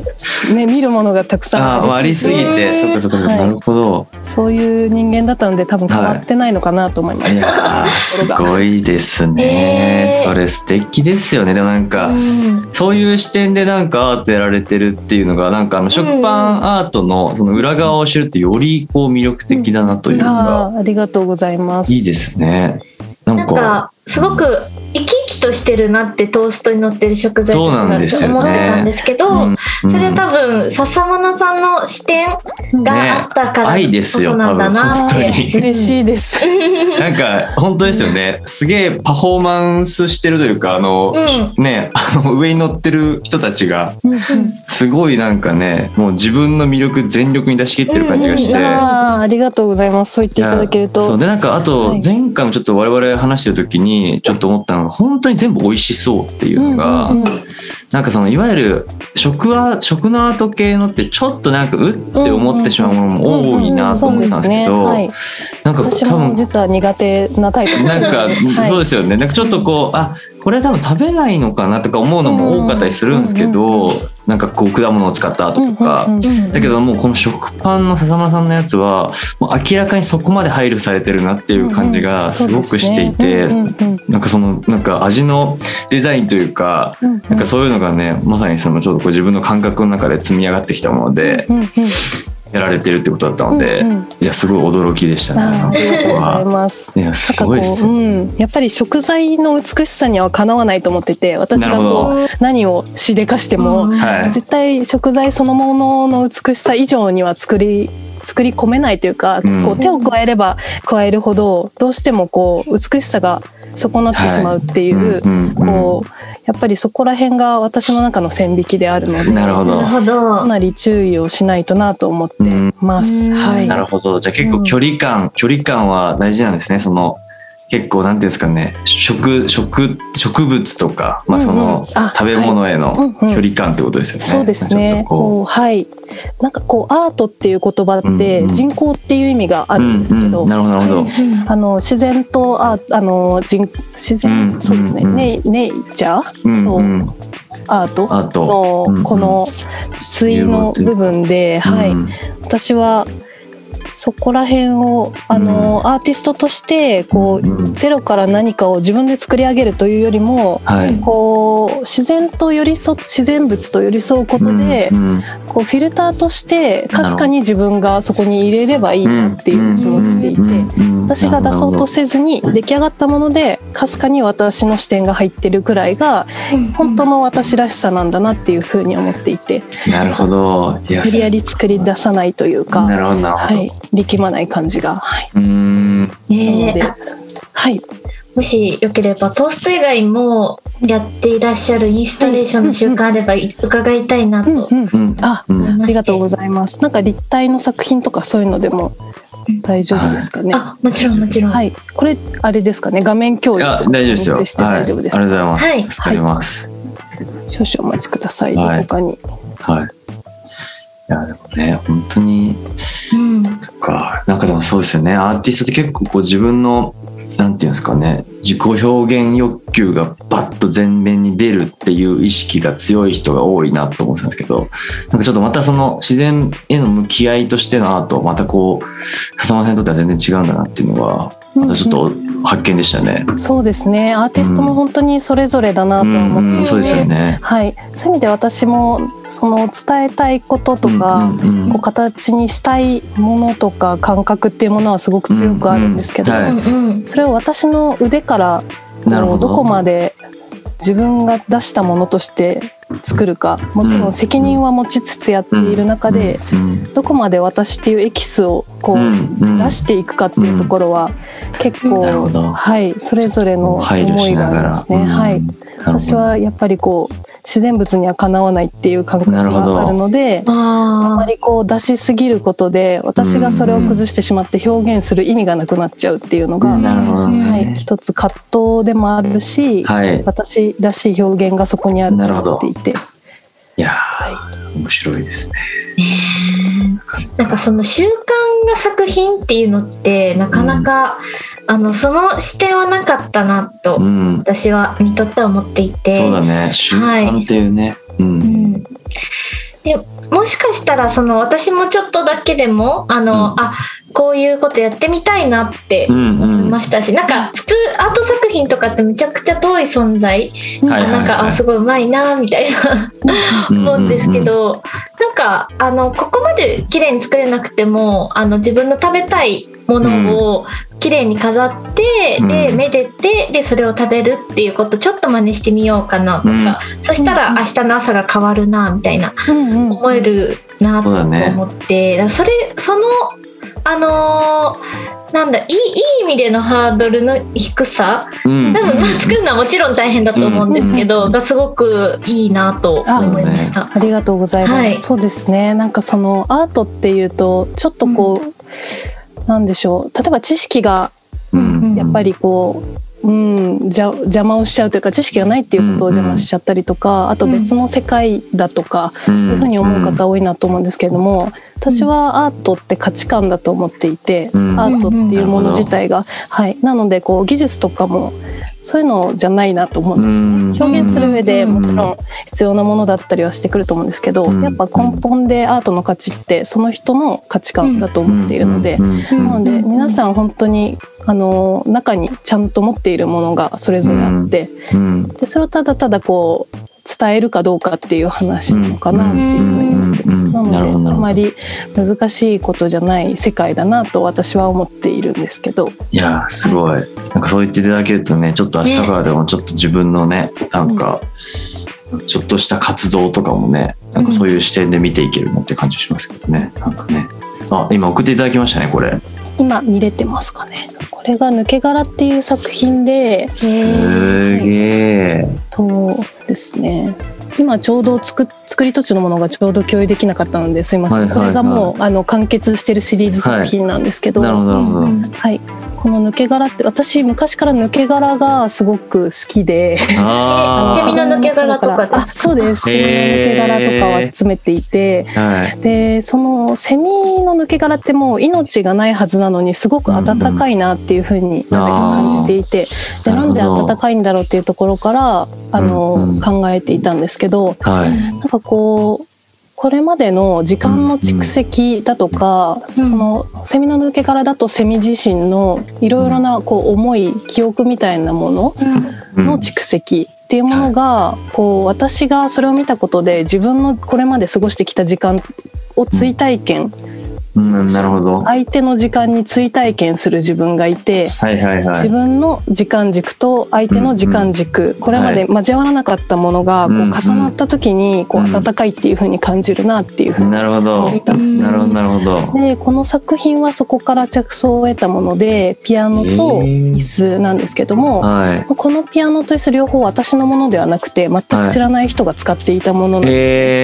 ね見るものがたくさん
あーまあありすぎてそっかそっかそっか
はい
なるほど。
そういう人間だったので多分変わってないのかなと思います、
いやーすごいですね。
えー
それ素敵ですよね。でもなんか。
うん
そういう視点でなんかアートやられてるっていうのがなんかあの食パンアートのその裏側を知るってよりこう魅力的だなという
あ
か、
ーありがとうございます
いいですね。なん
なん
か
かすごく生き生きとしてるなってトーストに乗ってる食材たち
そうなんです
だ
よ
と
ね
思ってたんですけど
うん
それは多分笹真奈さんの視点
ね
があったから
愛
こ
ですよ
そなんだなっ
多分
て
本当に
嬉しいです
[LAUGHS]
[LAUGHS]
なんか本当ですよね。すげえパフォーマンスしてるというかあの、
う
ねあの上に乗ってる人たちが
うん
すごいなんかねもう自分の魅力全力に出し切ってる感じがして。
うんうんうん
ああありがとうございます。そう言っていただけ
い
る
やそ
と
う。でなんかあ
は
と
い
前回もちょっと我々話してる時にちょっと思ったのが本当に全部美味しそうっていうのが、
うんうんうん
なんかそのいわゆる食は食のアート系のってちょっとなんかうって思ってしまうものも多いなと思ってたんですけど、
そうはい、
なんか
私
多
も
分
実は苦手なタイプ
なんかそうですよねなんかちょっとこうあこれ多分食べないのかなとか思うのも多かったりするんですけど、なんかこう果物を使った後とか。
うんうんうん
だけどもうこの食パンの笹村さんのやつはもう明らかにそこまで配慮されてるなっていう感じがすごくしていて、
うんうんそうですね
なんかそのなんか味のデザインというか、
うんうん
なんかそういうのがねまさにそのちょっとこう自分の感覚の中で積み上がってきたもので
うんうんうん
やられてるってことだったので、
うんうん
いやすごい驚きでしたね。
あーありがとうござい
は
ます。
いや
な
す
んか
ご
こ
いっす
う、
ね。
うん、やっぱり食材の美しさにはかなわないと思ってて私が
なるほ
こ
ど
う何をしでかしても
はい
絶対食材そのものの美しさ以上には作り作り込めないというか、
うん
こう手を加えれば加えるほどどうしてもこう美しさが損なってしまうっていう、
うんうん
こうやっぱりそこら辺が私の中の線引きであるので
なるほど
なるほど
かなり注意をしないとなと思ってます。
うん
はい
なるほどじゃあ結構距離感、距離感は大事なんですねその結構なんていうんですかね食食植物とか、まあ、そ
うんうん
の
あ
食べ物への
はいうんうん
距離感ってことですよね。
そうです
ち
ね。
ょ
こうはい。なんかこうアートっていう言葉っ
うんう
て
ん
人工っていう意味があ
っとこう
るんですけど、
うんうん、なるほどなるほど。
あの自然とアーあの人自然、
うん
そうですね、
うんうん
ネイネイチャー
うん
そ
う
う
ん、
アート
あと、
の
うんうん
この対の部分で、はい、
うん
私はそこら辺をあの、アーティストとしてこう、
うん
ゼロから何かを自分で作り上げるというよりも
はい、
こう自然と寄り添う自然物と寄り添うことで、
うんうん
こうフィルターとしてかすかに自分がそこに入れればいいなっていう気持ちでいて。
うんうん
私が出そうとせずに出来上がったものでかすかに私の視点が入ってるくらいが本当の私らしさなんだなっていうふうに思っていて
なるほど。いや
無理やり作り出さないという
な
か、
るほどなるほ
は
ど。
い、力まない感じが、はい、
うーん
な
ね
ので
えあ
はい、
もしよければトースト以外もやっていらっしゃるインスタレーションの習慣あれば伺いたいなと
うん
思い
うん、
うん
あ
うん
まして。
ありがとうございますなんか立体の作品とかそういうのでも大丈夫ですかね、
あもちろんもちろん。
はい、これあれですかね画面共有と
あ
か
大丈夫ですよ。
お
は
見せ
い。
して大丈夫です
あ
か、
りがとうござい
は
ま
い
す。助かります。
少々お待ちください、
はい
他に
はい。いやでもね本当に
うん
かなんかでもそうですよねアーティストって結構こう自分のなんていうんですかね自己表現欲求がバッと前面に出るっていう意識が強い人が多いなと思ってたんですけどなんかちょっとまたその自然への向き合いとしてのアートまたこう笹間さんにとっては全然違うんだなっていうのがまたちょっと発見でしたね。
そうですねアーティストも本当にそれぞれだな
う
とは思って
ん
いて、
うん、そうですよね。
はい、そういう意味で私もその伝えたいことと
う
か、
んうんうん
こう形にしたいものとか感覚っていうものはすごく強くあるんですけど、
うんうんは
う
い
んうん
それを私の腕から
なる
こ
ほ
うど
ど
こまで自分が出したものとして作るかもちろん責任は持ちつつやっている中で、
うん
どこまで私っていうエキスをこう、
うんうん
出していくかっていうところは結構、
うん
なるほど
はい、それぞれの思
配慮し
い
な
があ
が
りま
ら
す。ね。
うん
はい、私はやっぱりこう自然物にはかなわないっていう感覚
なるほど
があるのであ
あ
まりこう出しすぎることで私がそれを崩してしまって表現する意味がなくなっちゃうっていうのが、
なるほどね
はい、一つ葛藤でもあるし、
はい
私らしい表現がそこにあると思っていて
いやー、面白いですね。
あなんかその習慣が作品っていうのってなかなか、あのその視点はなかったなと、
うん、
私はにとっては思っていて。
そうだね。習慣っていうね。うん
うんでもしかしたらその私もちょっとだけでもあ
う
の、
ん
あこういうことやってみたいなって
うん
思い
うん
ましたし、なんか普通アート作品とかってめちゃくちゃ遠い存在、
はいはいはい
あなんかあすごいうまいなみたいな思うんですけ。ど、なんかあのここまで綺麗に作れなくてもあの自分の食べたいものを綺麗に飾って、
うん
でめでてでそれを食べるっていうことちょっと真似してみようかなとか、そしたら明日の朝が変わるなみたいな
うんうん
思えるな
そ
と
うだね
思って、だからそれそのあのーなんだいいいい意味でのハードルの低さ
うん、
多分、まあ、作
る。
るのはもちろん大変だと思うんですけど、
うん
がすごくいいなと思いました。
ありがとうございます。
はい
そうですね。なんかそのアートっていうとちょっとこう、なんでしょう。例えば知識が
うん
やっぱりこう、うん、じゃ邪魔をしちゃうというか知識がないっていうことを邪魔しちゃったりとか、あと別の世界だとか、
そう
そう
い
いうふうに思う方多いなと思うんですけれども、私はアートって価値観だと思っていて、
うん
アートっていうもの自体が、はい、なのでこう技術とかもそういうのじゃないなと思うんですよね表現する上で
うん
もちろん必要なものだったりはしてくると思うんですけど、
うん
やっぱ根本でアートの価値ってその人の価値観だと思っているので、
うん
なので皆さん本当にあの中にちゃんと持っているものがそれぞれあって、でそれをただただこう伝えるかどうかっていう話なのかなっていうふうに思ってます。
うんうんうん
な
なるほど
の
な
であ
るほど
まり難しいことじゃない世界だなと私は思っているんですけど、
いやーすごいなんかそう言っていただけるとねちょっと明日からでもちょっと自分のねなんかちょっとした活動とかもねなんかそういう視点で見ていけるなって感じしますけどねなんかねあ今送っていただきましたねこれ
今見れてますかね。これが抜け殻っていう作品で、
すげえ
とですね今ちょうど作作り途中のものがちょうど共有できなかったのですいません、
はいはいはい
これがもうあの完結してるシリーズ作品なんですけど、
なるほどなるほど
うん
はい、この抜け殻って私昔から抜け殻がすごく好きで
あ
セミの抜け殻とかですか
あそうですセミの抜け殻とかを集めていて
ーはい
でそのセミの抜け殻ってもう命がないはずなのにすごく温かいなっていうふうになぜか感じていて、でなんで
なるほど
温かいんだろうっていうところからあの、
うんうん
考えていたんですけど
はい
なんかこうこれまでの時間の蓄積だとか、
うん
そのセミの抜け殻だとセミ自身のいろいろなこう思い記憶みたいなもの
うん
の蓄積っていうものが、こう私がそれを見たことで自分のこれまで過ごしてきた時間を追体験
うんなるほどは
相手の時間に追体験する自分がいて
いはいは
自
い
分の時間軸と相手の時間軸これまで交わらなかったものがこう
うんうん
重なった時にこう
うん
温かいっていう風に感じるなっていう風に
なるほど
思ったんです
うん
ね。
なるほどなるほど
でこの作品はそこから着想を得たものでピアノと椅子なんですけども、
はい
このピアノと椅子両方私のものではなくて全く知らない人が使っていたものなんです、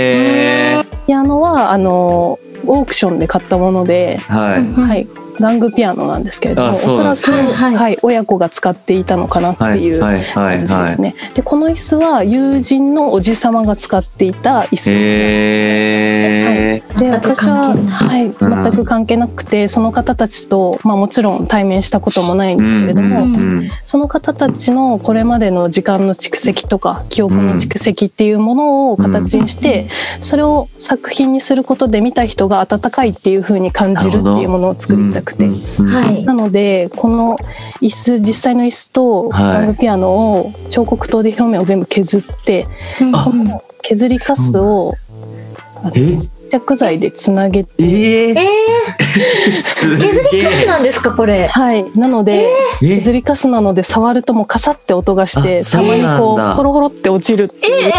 えー、
ピアノはあのオークションで買ったもので、
はい。
はい、ガングピアノなんですけれどもお
あそう
そ
なん
ら
です
く、
ね
はい
はい、親子が使っていたのかなって
はいい。
う
はい。はい。
感じです
は
ね。でこの椅子は友人のおじ様が使っていた
い。
椅子なんです
えー。
で
全く
私は、
関係ない
はい、全く関係なくて、その方たちと、まあ、もちろん対面したこともないんですけれども、
うんうん
その方たちのこれまでの時間の蓄積とか記憶の蓄積っていうものを形にして、それを作品にすることで見た人が温かいっていう風に感じるっていうものを作りたくて。
うんうんうん
はい
なのでこの椅子実際の椅子と
はい
バングピアノを彫刻刀で表面を全部削って、
あ
削りカスを
え
着剤でつなげて
え
え
ー、す
ー、削りカスなんですかこれ。
はいなので、
げえ
削りカスなので触るともうカサって音がして
あ
たまに
そう
こ
なんだ
うホロホロって落ちるっていう、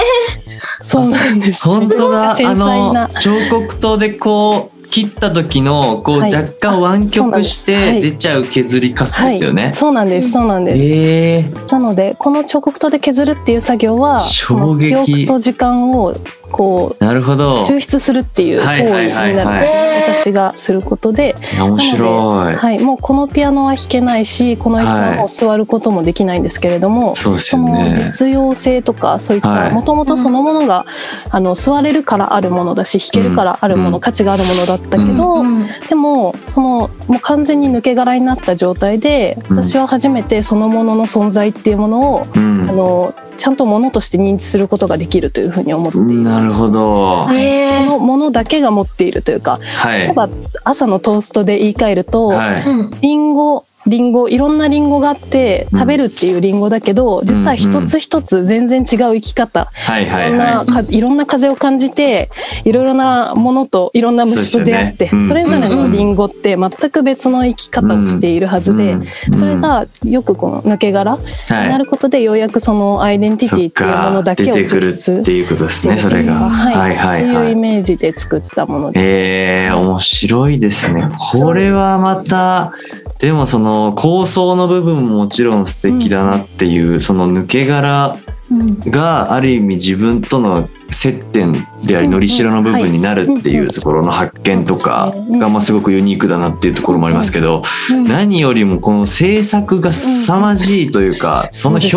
そうなんです
本当だ
めちゃ
あ
くちゃ繊細な
の彫刻刀でこう切った時のこう
はい
若干湾曲し
あそうなん
て
です
出ちゃう削りカス
は
で
い
すよね。
そうなんですそうなんです、
えー、
なのでこの彫刻刀で削るっていう作業はそ
衝
の
撃
記憶と時間をこう
なるほど。
抽出するっていう行為になるんですね、
はいはいはいはい
私がすることで、
いや面白い。
はい、もうこのピアノは弾けないしこの椅子はもう座ることもできないんですけれども、
そうです
そ
よ
の
ね。
実用性とかそういっ
は
た
い
もともとそのものが、あの座れるからあるものだし弾けるからあるもの、
うん
価値があるものだったけど、
うん
でもそのもう完全に抜け殻になった状態で
うん
私は初めてそのものの存在っていうものを、
う
あ
ん。
のちゃんとものとして認知することができるというふうに思っている。
なるほど。
へえ
そのものだけが持っているというか
はい
例え。ば朝のトーストで言い換えると、
は
う
い。
ん
リンゴリンゴいろんなリンゴがあって食べるっていうリンゴだけど、実は一つ一つ全然違う生き方、
はい
い
はい
ろんな
は
かいろんな風を感じていろいろなものといろんな虫と出会ってそ,、
そうですよね。
れぞれのリンゴって全く別の生き方をしているはいずで、
うん
それ、がよくこの抜け殻に
うんはい
なることでようやくそのアイデンティティっていうものだけを
そっか出てく
抽
る
出
っていうことですねそれが、
は
はいい、はい
って
はいいう
イメージで作ったものです。
えー、面白いですねこれはまたでもその構想の部分ももちろん素敵だなっていう、その抜け殻
うん
がある意味自分との接点であ
うんう
り
ん
のりしろの部分になるって
はいうん
い
うん
うところの発見とか
そうですねうん
がまあすごくユニークだなっていうところもありますけど、
うん
何よりもこの制作が凄まじいというか、その表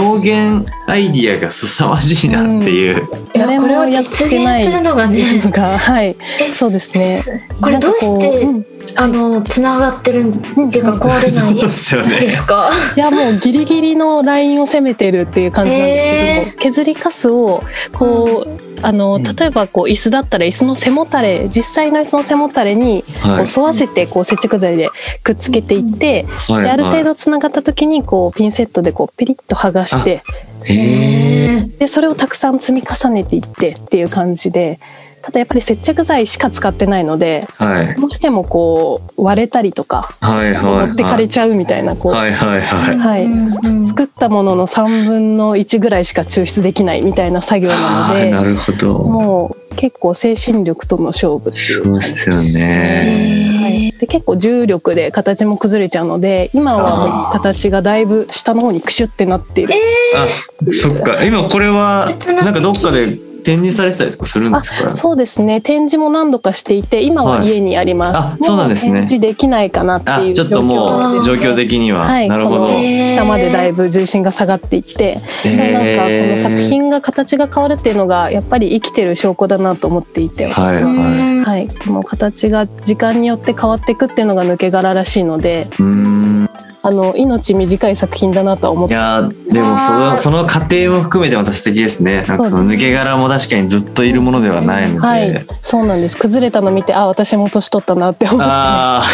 現アイディアが凄まじいなっていう、
いやこれを
誰もや
実
ってない
現するのがね
のがはい
え
そうですね。
これどうして
なんかこ
あの繋がってるんっていうか壊れな
そう
い
で。すよ
で
ね。
すか。
ういやもうギリギリのラインを攻めてるっていう感じなんですけども、削りカスをこう。あの
うん
例えばこう椅子だったら椅子の背もたれ実際の椅子の背もたれにこ
は
う沿わせてこう接着剤でくっつけていって
い
である程度つながった時にこうピンセットでこうピリッと剥がして
へえ
でそれをたくさん積み重ねていってっていう感じでただやっぱり接着剤しか使ってないので
はい
どうしてもこう割れたりとか
はいはいはい。
持ってかれちゃうみたいなこう
はいはいはい。
はい
うん
作ったものの3分の1ぐらいしか抽出できないみたいな作業なの
はい
で
なるほど。
もう結構精神力との勝負ってい
そう
う。
ですよ
へ
ね。
はい、で結構重力で形も崩れちゃうので今はもう形がだいぶ下の方にクシュってなっている
あ、そっか。今これは
別の敵
なんかどっかで展示されてたりとかするんですか
そうですね展示も何度かしていて今は家にあります、
はいあそうなんですね
も展示できないかなって
あ
いう
ち
状
ょっと
況
もう
で
状況的には、
はい、
なるほど
この下までだいぶ重心が下がっていって、でもなんかこの作品が形が変わるっていうのがやっぱり生きてる証拠だなと思っていて、
はい
私
は
は
うん
はい、この形が時間によって変わっていくっていうのが抜け殻らしいので
うーん
あの命短い作品だなとは思っ
い
て
やーでもそ
あー
のその過程も含めてまた素敵ですねなんかそ
そう
の
です
抜け殻も確かにずっといるものではないので、
はいそうなんです崩れたの見てあ私も年取ったなって思ってま
あ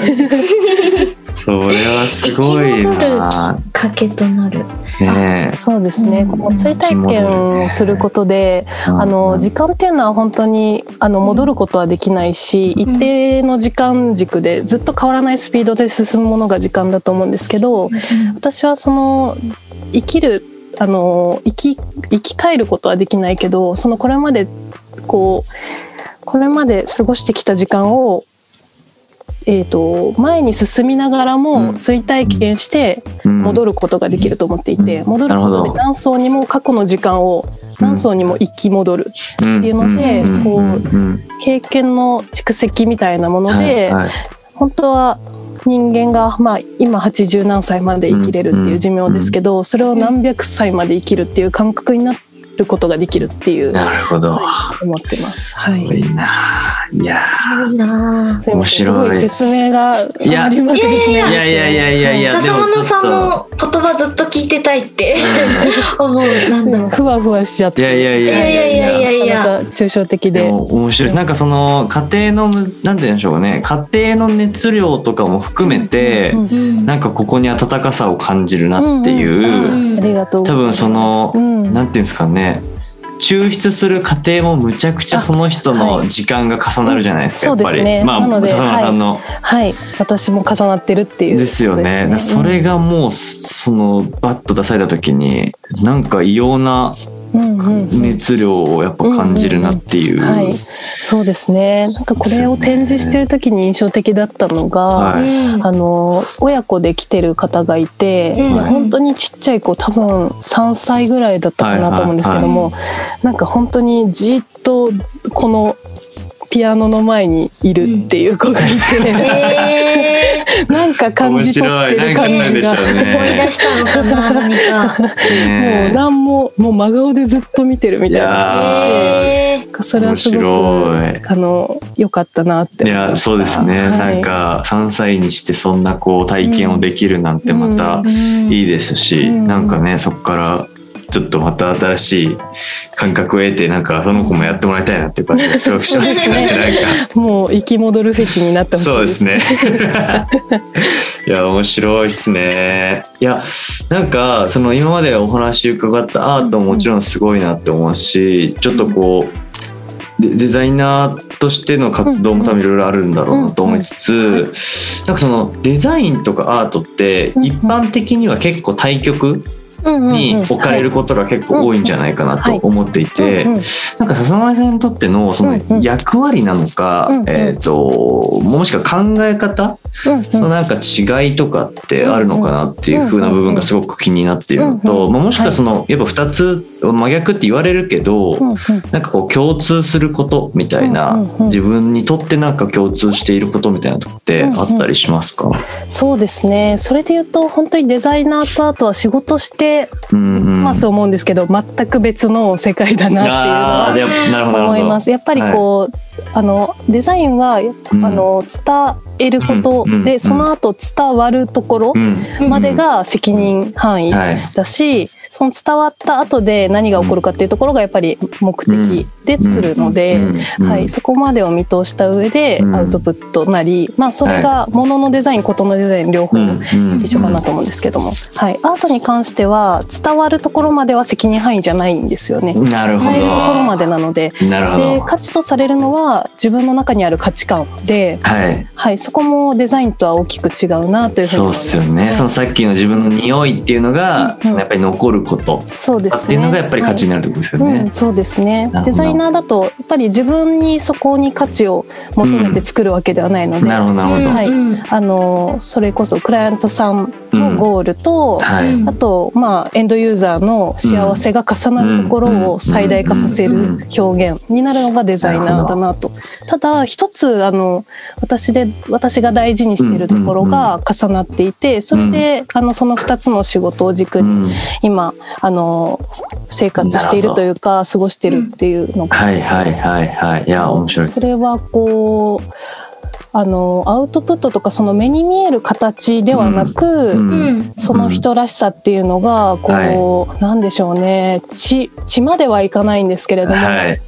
ー
[LAUGHS]
それはすごいな
きっかけとなる。
ねえ
すそうですね、
うん
この追体験をすることで、あ
う
の
ん
時間っていうのは本当にあの戻ることはできないし、
ん
一定の時間軸でずっと変わらないスピードで進むものが時間だと思うんですけど私はその生きるあの生き生き返ることはできないけどそのこれまでこうこれまで過ごしてきた時間をえー、と前に進みながら
う
も
ん
追体験して
うん
戻ることができると思っていて、
うん
戻るこ
なる
と
ほ
で
ど
何層にも過去の時間を何層にも生き戻る
って
いうのでこうん経験の蓄積みたいなもので、
はいはい
本当は人間が、まあ、今80何歳まで生きれるっていう寿命ですけど、それを何百歳まで生きるっていう感覚になることができるっていう
なるほど。
思ってます。
すごいな。い
[LAUGHS]
や。
すごいなぁ。
すいませんすご
面白い
い
です
説明があ
いや
まりうまくできないですけ
い
ど
や
いやいやいやいやいや、で
笹
もちょ
野
っ
さん
と。
の言葉ずっと聞いてたいって
う
思う。なんだ
な
ろ
ん
う。
かふわふわしちゃっ
んいやい
て
やい
いや
や
いやいやいやい
な
や。
かなか抽象的
で
で
も面白いですなんかその家庭のむなんて言うんでしょうかね家庭の熱量とかも含めて
うん
うん
なんかここに温かさを感じるなっていう
ありがとうございます
多分その
うん
なんて言うんですかね抽出する過程もむちゃくちゃその人の時間が重なるじゃないですかや
は
っ
い
ぱ
そうです
り
ね
まあ
なので
笹村さんの
はい私も重なってるっていう
ですよね。
ことです
それがもう、そのバッと出された時になんか異様な
うんうんうん
熱量をやっぱ感じるなっていう。
はい、そうですね。なんかこれを展示してる時に印象的だったのが、
は
う
い
ん
あの親子で来てる方がいて、
うん
で本当にちっちゃい子多分3歳ぐらいだったかなと思うんですけども、なんか本当にじっとこのピアノの前にいるっていう子がいて、
え
[LAUGHS] なんか感じ取ってる感
面白
じ
いなんか
が。
あるんでしょうね
ー、思い出したのかな何か。
もう
ね
何ももう真顔でずっと見てるみたい
いや
な。
え
なんかそれはすごく
面白い
あの良かったなって
い
思いま
や
した
そうですね、
はい
なんか3歳にしてそんなこう体験をできるなんてまた
ー
いいですし、
うん
なんかねそこからちょっとまた新しい感覚を得てなんかその子もやってもらいたいなっていう感 [LAUGHS] じがすごくしましたね
そうで
なんか。
もう生き戻るフェチになってほしい
そうですね。 [LAUGHS] いや面白いですね。いやなんかその今までお話伺ったアートももちろんすごいなって思うし、ちょっとこうデデザイナーとしての活動も多分いろいろあるんだろうなと思いつつ、なんかそのデザインとかアートって
うん
一般的には結構対局に置かれることが結構多いんじゃないかなと思っていて
うんうん、
なんか笹前さんにとってのそ
うんう
の
ん
役割なのか、
うんうん
えっ、ともしくは考え方
うんうん
のなんか違いとかってあるのかなっていう風な部分がすごく気になっているの
うんうん
と、
うん
まあ、もしくはそのやっぱ2つ真逆って言われるけど、
うんうん
なんかこう共通することみたいな、
うんうんうん
自分にとってなんか共通していることみたいなとこってあったりしますか、
そうですねそれで言うと本当にデザイナーとあとは仕事して
うんうん、
ます思うんですけど、全く別の世界だな
あ
っ
ー
てい
で
う
もなる
の
ほど
は
な
思
る
い
ほど
ま。すやっぱりこう、あのデザインは、
うん
あの伝えること、
うんうんう
で
ん
その後伝わるところ
うん
までが責任範囲、
はい
だしその伝わった後で何が起こるかっていうところがやっぱり目的で作るので、
うん
はい、そこまでを見通した上で
うん
アウトプットなり、まあ、それがもののデザインことのデザイン両方
うん
一緒かなと思うんですけども、はい、アートに関しては伝わるところまでは責任範囲じゃないんですよね。
なるほ
伝えるところま
ど。
でなので
なるほ
で
ど。
価値とされるのは自分の中にある価値観で、
はい。
はい、そそこもデザインとは大きく違うなというふう
そうっ
に思います
すよね。そのさっきの自分の匂いっていうのが、
うんうん
やっぱり残ること
そうですね
っていうのがやっぱり価値になるってことですよ
う
ね
ん、。そうです
な
ね
るほど
デザイナーだとやっぱり自分にそこに価値を求めて作るわけではないので、
なるほどなるほど。
はい
うん
あのそれこそクライアントさんのゴールと、
は
う
い
ん。
あと、まあ、エンドユーザーの幸せが重なるところを最大化させる表現になるのがデザイナーだなと。ただ、一つ、あの、私で、私が大事にしているところが重なっていて、それで、あの、その二つの仕事を軸
う
に、
ん
今、あの、生活しているというか、過ごしてるっていうのが。
はいはいはいはい。いや面白いです
そ。れは、こう、あの、アウトプットとか、その目に見える形ではなく、
うん
うん
その人らしさっていうのがこう、なんでしょうね血血まではいかないんですけれども、
はい。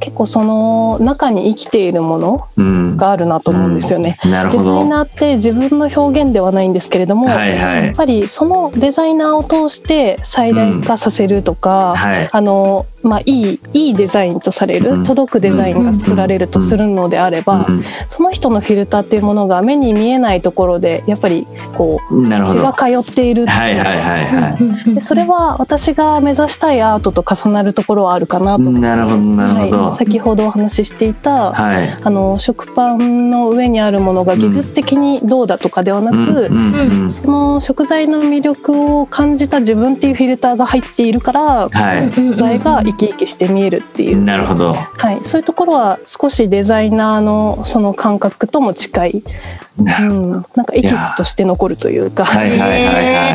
結構その中に生きているもの
うん。
があるなと思うんですよね。
なる
デ
ほ
ザイ
ど。
ナーって自分の表現ではないんですけれども、
はいは
やっ
い
ぱりそのデザイナーを通して最大化させるとか、
はい。
あのまあ、いいいいデザインとされる、
うん
届くデザインが作られるとするのであれば、その人のフィルターっていうものが目に見えないところでやっぱりこ
うんな
う
るほ
血
ど。は
が通っているっ
い
て
はいいう
か
はいは
うん
でそれは私が目指したいアートと重なるところはあるかなと
い。
思いま
な
す
るほどなるほ
はい、
ど。
先ほどお話ししていた、
はい。
あの食パンの上にあるものが技術的にどうだとかではな
うん
く、
うんうん。
その食材の魅力を感じた自分っていうフィルターが入っているから、
は
うん
食材が生き生きして見えるってい
い。
う、
なるほど。
はい、そういうところは少しデザイナーのその感覚とも近い、
な
う
る
ん、なんかエキスとして残るというか。
はいはいはい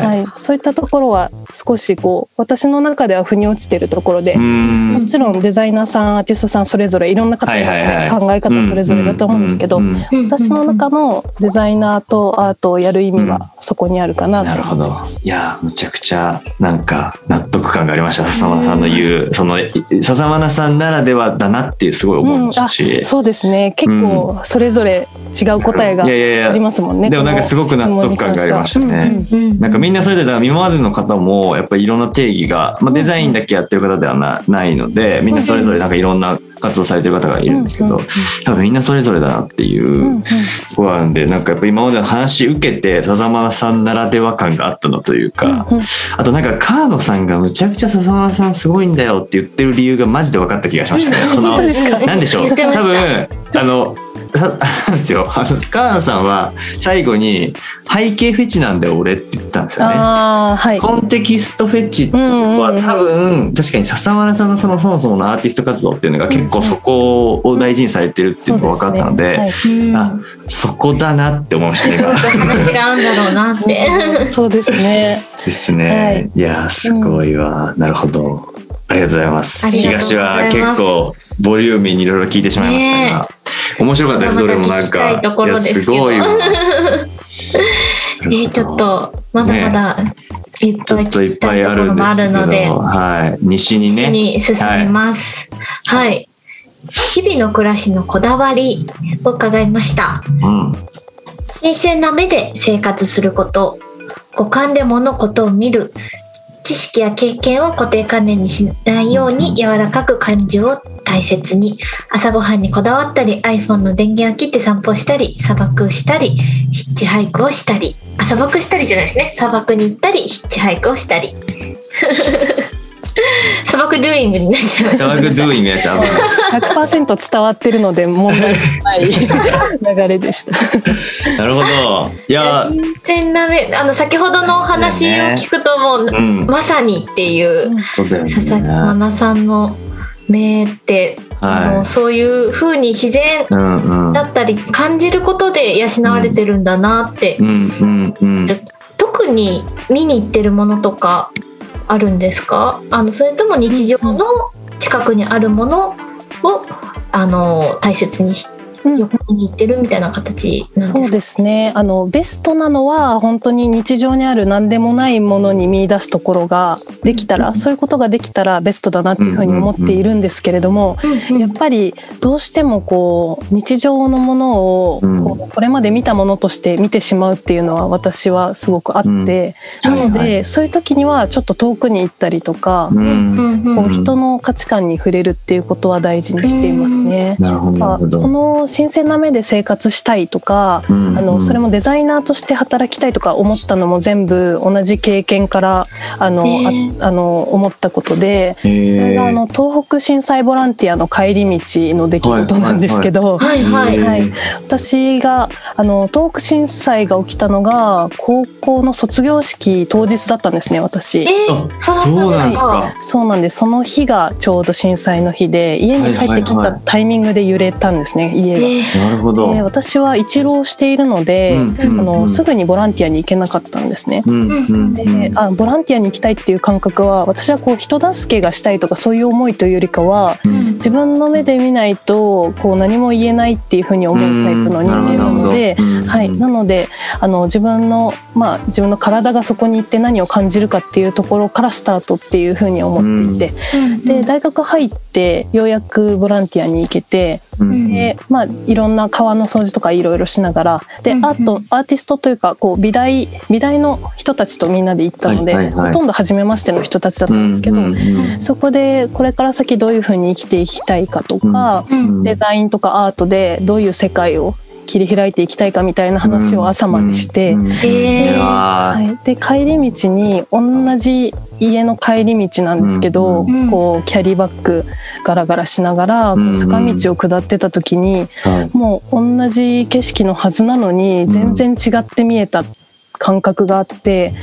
は。
はいい、そういったところは少しこう私の中では腑に落ちてるところで、
う
も
ん。
ちろんデザイナーさんアーティストさんそれぞれいろんな方
はいはいはい
の考え方それぞれだと思うんですけど、
うううん
うん
私の中のデザイナーとアートをやる意味はそこにあるかな
な
と
るほど。いやー、むちゃくちゃ、なんか、納得感がありました。笹間さんの言う、その、い笹間さんならではだなっていう、すごい思いましたし。
うんあそうですね結構それぞれ違う答えが
いやいや
あ
い
り
や、
ますもんね。
でもなんかすごく納得感がありましたね
この質問に関しては
うん
なんかみんなそれぞれだから今までの方もやっぱりいろんな定義が、まあ、デザインだけやってる方ではなないのでみんなそれぞれなんかいろんな活動されてる方がいるんですけど多分みんなそれぞれだなってい
うんうんうん
うところなんでなんかやっぱ今までの話受けて笹間さんならでは感があったのというか
うんうん
あとなんか川野さんがむちゃくちゃ笹間さんすごいんだよって言ってる理由がマジで分かった気がしましたね。その
本当ですか
なんでしょう
言
多
ってました
分あのさあれなんですよあの川野さんは最後に「背景フェチなんだよ俺」って言ったんですよね。
あーはい、
コンテキストフェチは
うんうんうん
多分確かに笹原さんのそのそもそものアーティスト活動っていうのが結構そこを大事にされてるっていうのが分かったので
はい
うん
あそこだなって思いましたね
[LAUGHS]
今
話が合うんだろうなって。
うんそうです [LAUGHS] ね。
ですね、い、
はい
やーすごいわ、なるほどありがとうございます
ありがとうござ
東
います
は結構ボリューミーにいろいろ聞いてしまいましたが、面白かったですどれもなん
まだ
か
聞きたいとこ
い
ろ
や
で
す
すけど
ごいわ
[LAUGHS] えーちょっとまだまだいっ
ち
ぱ
ょ
い
っとい
聞
っ
き
ぱ
た
い
いと
あ
こ
る
ろ
んで
もあ
すけ
るので
ど、はい、西に
一緒
ね
に進みます。はい、日々の暮らしのこだわりを伺いました。
うん
新鮮な目で生活すること、五感で物事を見る、知識や経験を固定観念にしないように柔らかく感情を大切に、朝ごはんにこだわったり、iPhone の電源を切って散歩したり、砂漠したり、ヒッチハイクをしたり、あ砂漠したりじゃないですね。砂漠に行ったり、ヒッチハイクをしたり。 [LAUGHS] 砂漠ドゥーイングになっちゃいま
サ
した。
ワーグドゥーイングやちゃう
100%伝わってるので問題ない流れでした。
なるほどいやー
新鮮な目、あの先ほどのお話を聞くともう、 [LAUGHS]
うん
まさにっていう。
そうだよね
佐々木愛さんの目って、あの
は
そういう風に自然
いうんうん
だったり感じることで養われてるんだなって、
うんうんうん
特に見に行ってるものとかあるんですかあのそれとも日常の近くにあるものをあの大切にし
うん
よく見に行ってるみたいな形なんですか
そうですねあのベストなのは本当に日常にある何でもないものに見出すところができたら、そういうことができたらベストだなっていうふうに思っているんですけれども、
うん
やっぱりどうしてもこう日常のものを
うん
こうこれまで見たものとして見てしまうっていうのは私はすごくあって、
うん
なので、
はいは
そういう時にはちょっと遠くに行ったりとか、
う
うん
ん
うんうん
こう人の価値観に触れるっていうことは大事にしていますね。
なるほどな
ま
る
あ
ほど
この思新鮮な目で生活したいとか、
うん
あ
う
の
ん
それもデザイナーとして働きたいとか思ったのも全部同じ経験からあの、
ね
ああの思ったことで。
へえ
それがあの東北震災ボランティアの帰り道の出来事なんですけど、
はいはい。
はい
へ
私があの東北震災が起きたのが高校の卒業式当日だったんですね私。
え
え
ー、
あそうなんですか。
そうなんですその日がちょうど震災の日で家に帰ってき
はいはい
た
はい
タイミングで揺れたんですね
え
家が。
ー
なるほど。
で私は一浪しているので、
うん
あ
うんう
の
ん
すぐにボランティアに行けなかったんですね。
うんうん
で
うん
あボランティアに行きたいっていう感覚は私はこう人助けがしたいとかそういう思いというよりかは
うん
自分の目で見ないとこう何も言えないっていうふうに思うタイプの人間なので、
うん
はい、なのであの自分の、まあ、自分の体がそこに行って何を感じるかっていうところからスタートっていうふうに思っていて、で大学入ってようやくボランティアに行けて
うんうん
で、まあ、いろんな川の掃除とかいろいろしながらで
う
ア
んうん
ートアーティストというかこう美大美大の人たちとみんなで行ったので、
はいはいはい
ほとんど初めましての人たちだった
うん
んですけど、
うんうん
そこでこれから先どういうふうに生きていきたいかとか、
うん
デザインとかアートでどういう世界を切り開いていきたいかみたいな話を朝までして、
うんうんうん
へー
うわー
はい、で帰り道に同じ家の帰り道なんですけど、
うん
うん
こうキャリーバッグガラガラしながらこ
うん
う坂道を下ってた時に、
はい
もう同じ景色のはずなのに
うん
全然違って見えた感覚があって、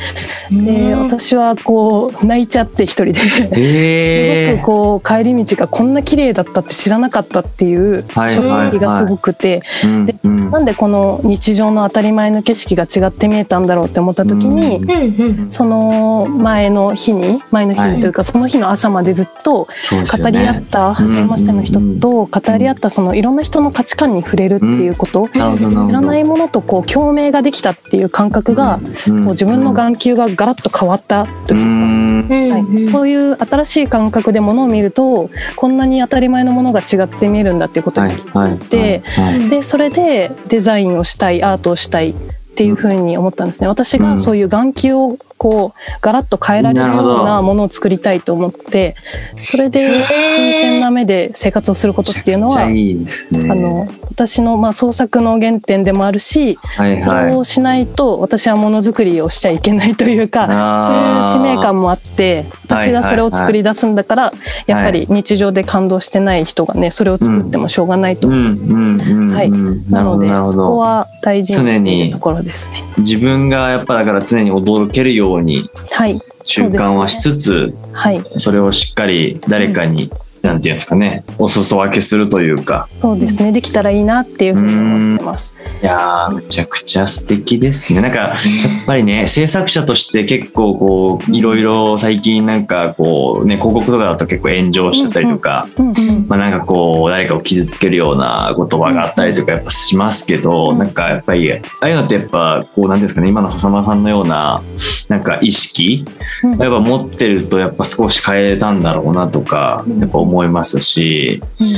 で私はこう泣いちゃって一人で。す
へ
ご
ー
くこう帰り道がこんな綺麗だったって知らなかったっていうシ
はい
ョックがすごくて、
うん
で
うん
なんでこの日常の当たり前の景色が違って見えたんだろうって思った時に、
うん
うんうん。
その前の日に前の日にというか、その日の朝までずっと
そうですよ
語り合
ね
っ。た初めましての人と語り合ったそのいろんな人の価値観に触れるっていうこと、
なるほどなるほど
いらないものとこう共鳴ができたっていう感覚が、
うん
こう自分の眼球がガラッと変わったと
う
いうか。
ん
うん
はいそういう新しい感覚でものを見るとこんなに当たり前のものが違って見えるんだっていうこと
はい
に気づいて、
はいはい
い
でそれでデザインをしたいアートをしたいっていうふうに思ったんですね私
う
が
ん
そういう眼球をこうガラッと変えられ
な
る
るほど
ようなものを作りたいと思ってそれで
へー
新鮮な目で生活をすることっていうの
めちゃ
は
くちゃいいですね。
あの私のまあ創作の原点でもあるし
はい
それ
はい
をしないと私はものづくりをしちゃいけないというか。そういう
あー
使命感もあって私がそれを作り出すんだから、やっぱり日常で感動してない人がねそれを作ってもしょうがないと
う
思うん
ん
ですね
うんうん
はい
うんな
な
るほ
の
ど
で
なるほ
そこ
ど
は大事にしているところですね。
自分がやっぱだから常に驚けるように
はい
習慣はしつつ
はい
それをしっかり誰かに、なんていうんですかねお裾分けするというか
そうですねできたらいいなっていうふうに思ってます。
いやーめちゃくちゃ素敵ですねなんかやっぱりね制作者として結構こういろいろ最近なんかこうね広告とかだと結構炎上してたりとか、
うんうん
まあ、なんかこう誰かを傷つけるような言葉があったりとかやっぱしますけど、
うん
なんかやっぱりああいうのってやっぱこうなんていうんですかね今の笹間さんのようななんか意識
うん
やっぱ持ってるとやっぱ少し変えたんだろうなとか
うん
やっぱ思いますし、
うん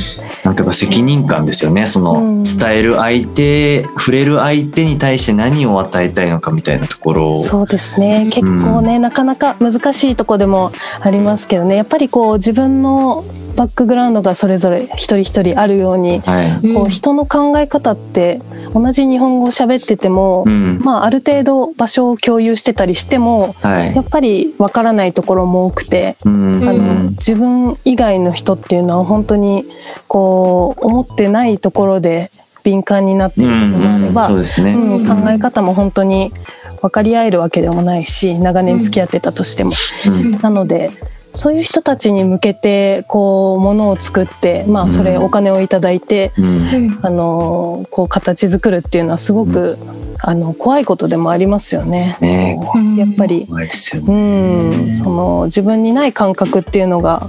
なんかやっぱ責任感ですよねそ
うん
の伝える相手触れる相手に対して何を与えたいのかみたいなところを
そうですね結構ね、なかなか難しいとこでもありますけどねやっぱりこう自分のバックグラウンドがそれぞれ一人一人あるように
はい、
こう人の考え方って同じ日本語を喋ってても、
うん
まあ、ある程度場所を共有してたりしても
はい
やっぱりわからないところも多くて、
うん
あ
う
の
ん
自分以外の人っていうのは本当にこう思ってないところで敏感になっていることもあれ
うん
ば、
そうですね、
うん
うん
考え方も本当に分かり合えるわけでもないし長年付き合ってたとしても。
うん
なのでそういう人たちに向けてこうものを作って、まあ、それ
うん
お金をいただいて、
うん
あのこう形作るっていうのはすごく、あの怖いことでもありますよね。
ね
やっぱり
怖いですよね
うん、その自分にない感覚っていうのが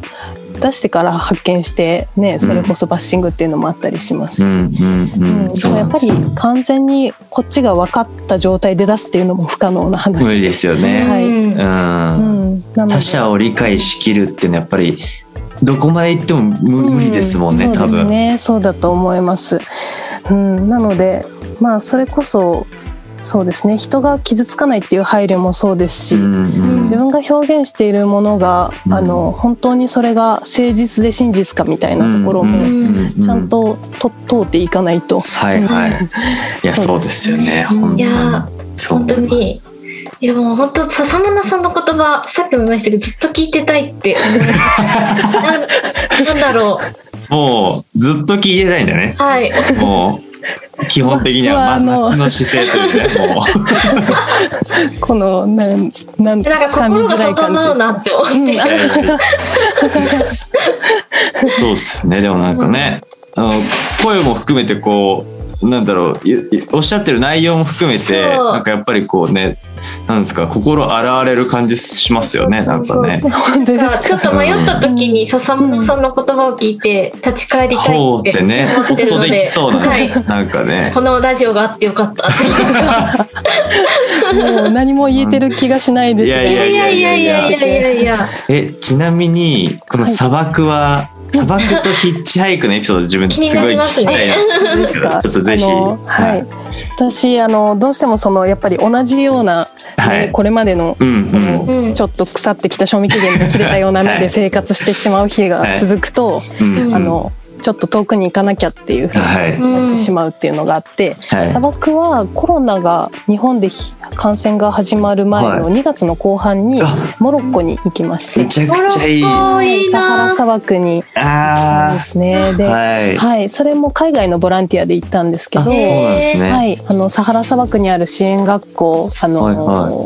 出してから発見して、ね、それこそバッシングっていうのもあったりしますし、
うんうんうん、
うんで
そう
もや
なん
っ
で
ぱ
す
り完全にこっちが分かった状態で出すっていうのも不可能
無
な話。
理ですよね、
はい
うん
うん、なので
他者を理解しきるっていうのはやっぱりどこまで行っても無,、無理ですもんね
う
多
そうです
分。
ねそうだと思います、うん、なのでまあそれこそそうですね人が傷つかないっていう配慮もそうですし、
うん
自分が表現しているものが、
うん
あの本当にそれが誠実で真実かみたいなところ
う
も
うう
ちゃんとと通っていかな
[LAUGHS]
いと、
はいはい。いや、そうですよね。
うん
本当に
いや。
そう思い
本当
ま
に
す。
いやもう本当笹村さんの言葉さっきも言いましたけどずっと聞いてたいって思いますななんだろ
もう、ずっと聞いてないんだね
う。はい
もう、基本的
[LAUGHS]
に
うわ
は、
あ
ま、
の
街の姿勢というね、もう。
このなんなん
なんか心が整うなって思って
うんあ [LAUGHS]
そうっすよね。でもなんかね、あの、声も含めてこう、なんだろうゆゆおっしゃってる内容も含めて
そう
なんかやっぱりこうねなんですか心洗われる感じしますよね
そ
な
うんそうそ
か
う
ね
本当で
なんかち [LAUGHS]
す
ょっと迷った時に笹村さんの言葉を聞いて立ち返りたい
ほうっ
って
てね
思
ほっ
っ
て
る
と
の
で
で
きそうな
はい
ねなんかね
このラジオがあってよかったって
もう何も言えてる気がしないです
い
いや
や
い
い
や
や
い
い
や
や
い
い
や
や
いやいやいや
えちなみにこの砂漠は、砂漠とヒッチハイクのエピソード自分す
気にな
ごい
ります
聞きたい
ね
な
そうですか
ちょっとぜひ
あのは
はい
い。私あのどうしてもそのやっぱり同じような、
はい
[LAUGHS] ねこれまでの
うんう
あ
ん
の
うん
ちょっと腐ってきた賞味期限の切れたような目で生活してしまう日が続くと、
うんうん
あのちょっと遠くに行かなきゃっていうふうに
はいは
う
なって
ん
しまうっていうのがあって、
い
砂漠はコロナが日本でひ感染が始まる前
は
の2月の後半に
あ
モロッコに行きまして、
めちゃくちゃいい
モロッ
あ
コいい
サハ
な
ラ砂漠に行ったんで
あ
すね。で、
ー
は
はい
い、それも海外のボランティアで行ったんですけ
あそう
ど。
なんですね、
はい、あのサハラ砂漠にある支援学校、あの、
は
はいい、